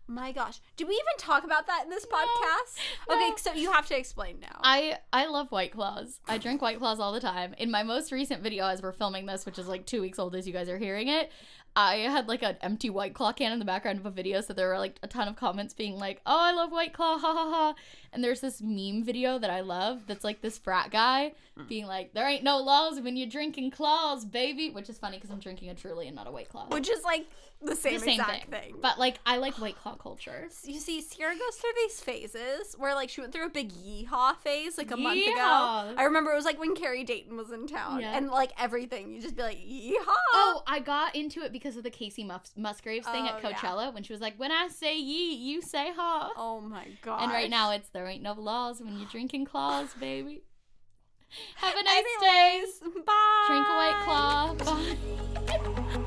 my gosh. Did we even talk about that in this podcast?
No.
Okay, so you have to explain now.
I I love white claws. I drink white claws all the time. In my most recent video, as we're filming this, which is like two weeks old as you guys are hearing it, I had like an empty white claw can in the background of a video, so there were like a ton of comments being like, "Oh, I love white claw, ha ha ha." And there's this meme video that I love that's like this frat guy
Mm.
being like, "There ain't no laws when you're drinking claws, baby," which is funny because I'm drinking a Truly and not a white claw.
which is like the
The
same, exact thing.
But like, I like white claw culture.
you see, Sierra goes through these phases where like she went through a big yeehaw phase like a month ago.
Yeehaw.
I remember it was like when Carrie Dayton was in town
Yeah.
and like everything. You just be like, yeehaw.
Oh, I got into it because of the Casey Muff- Musgraves thing
Oh,
at
yeah.
Coachella when she was like, "When I say ye, you say ha."
Oh my god.
and right now it's there ain't no laws when you're drinking claws, baby. Have a nice day.
Bye.
Drink a white claw. Bye.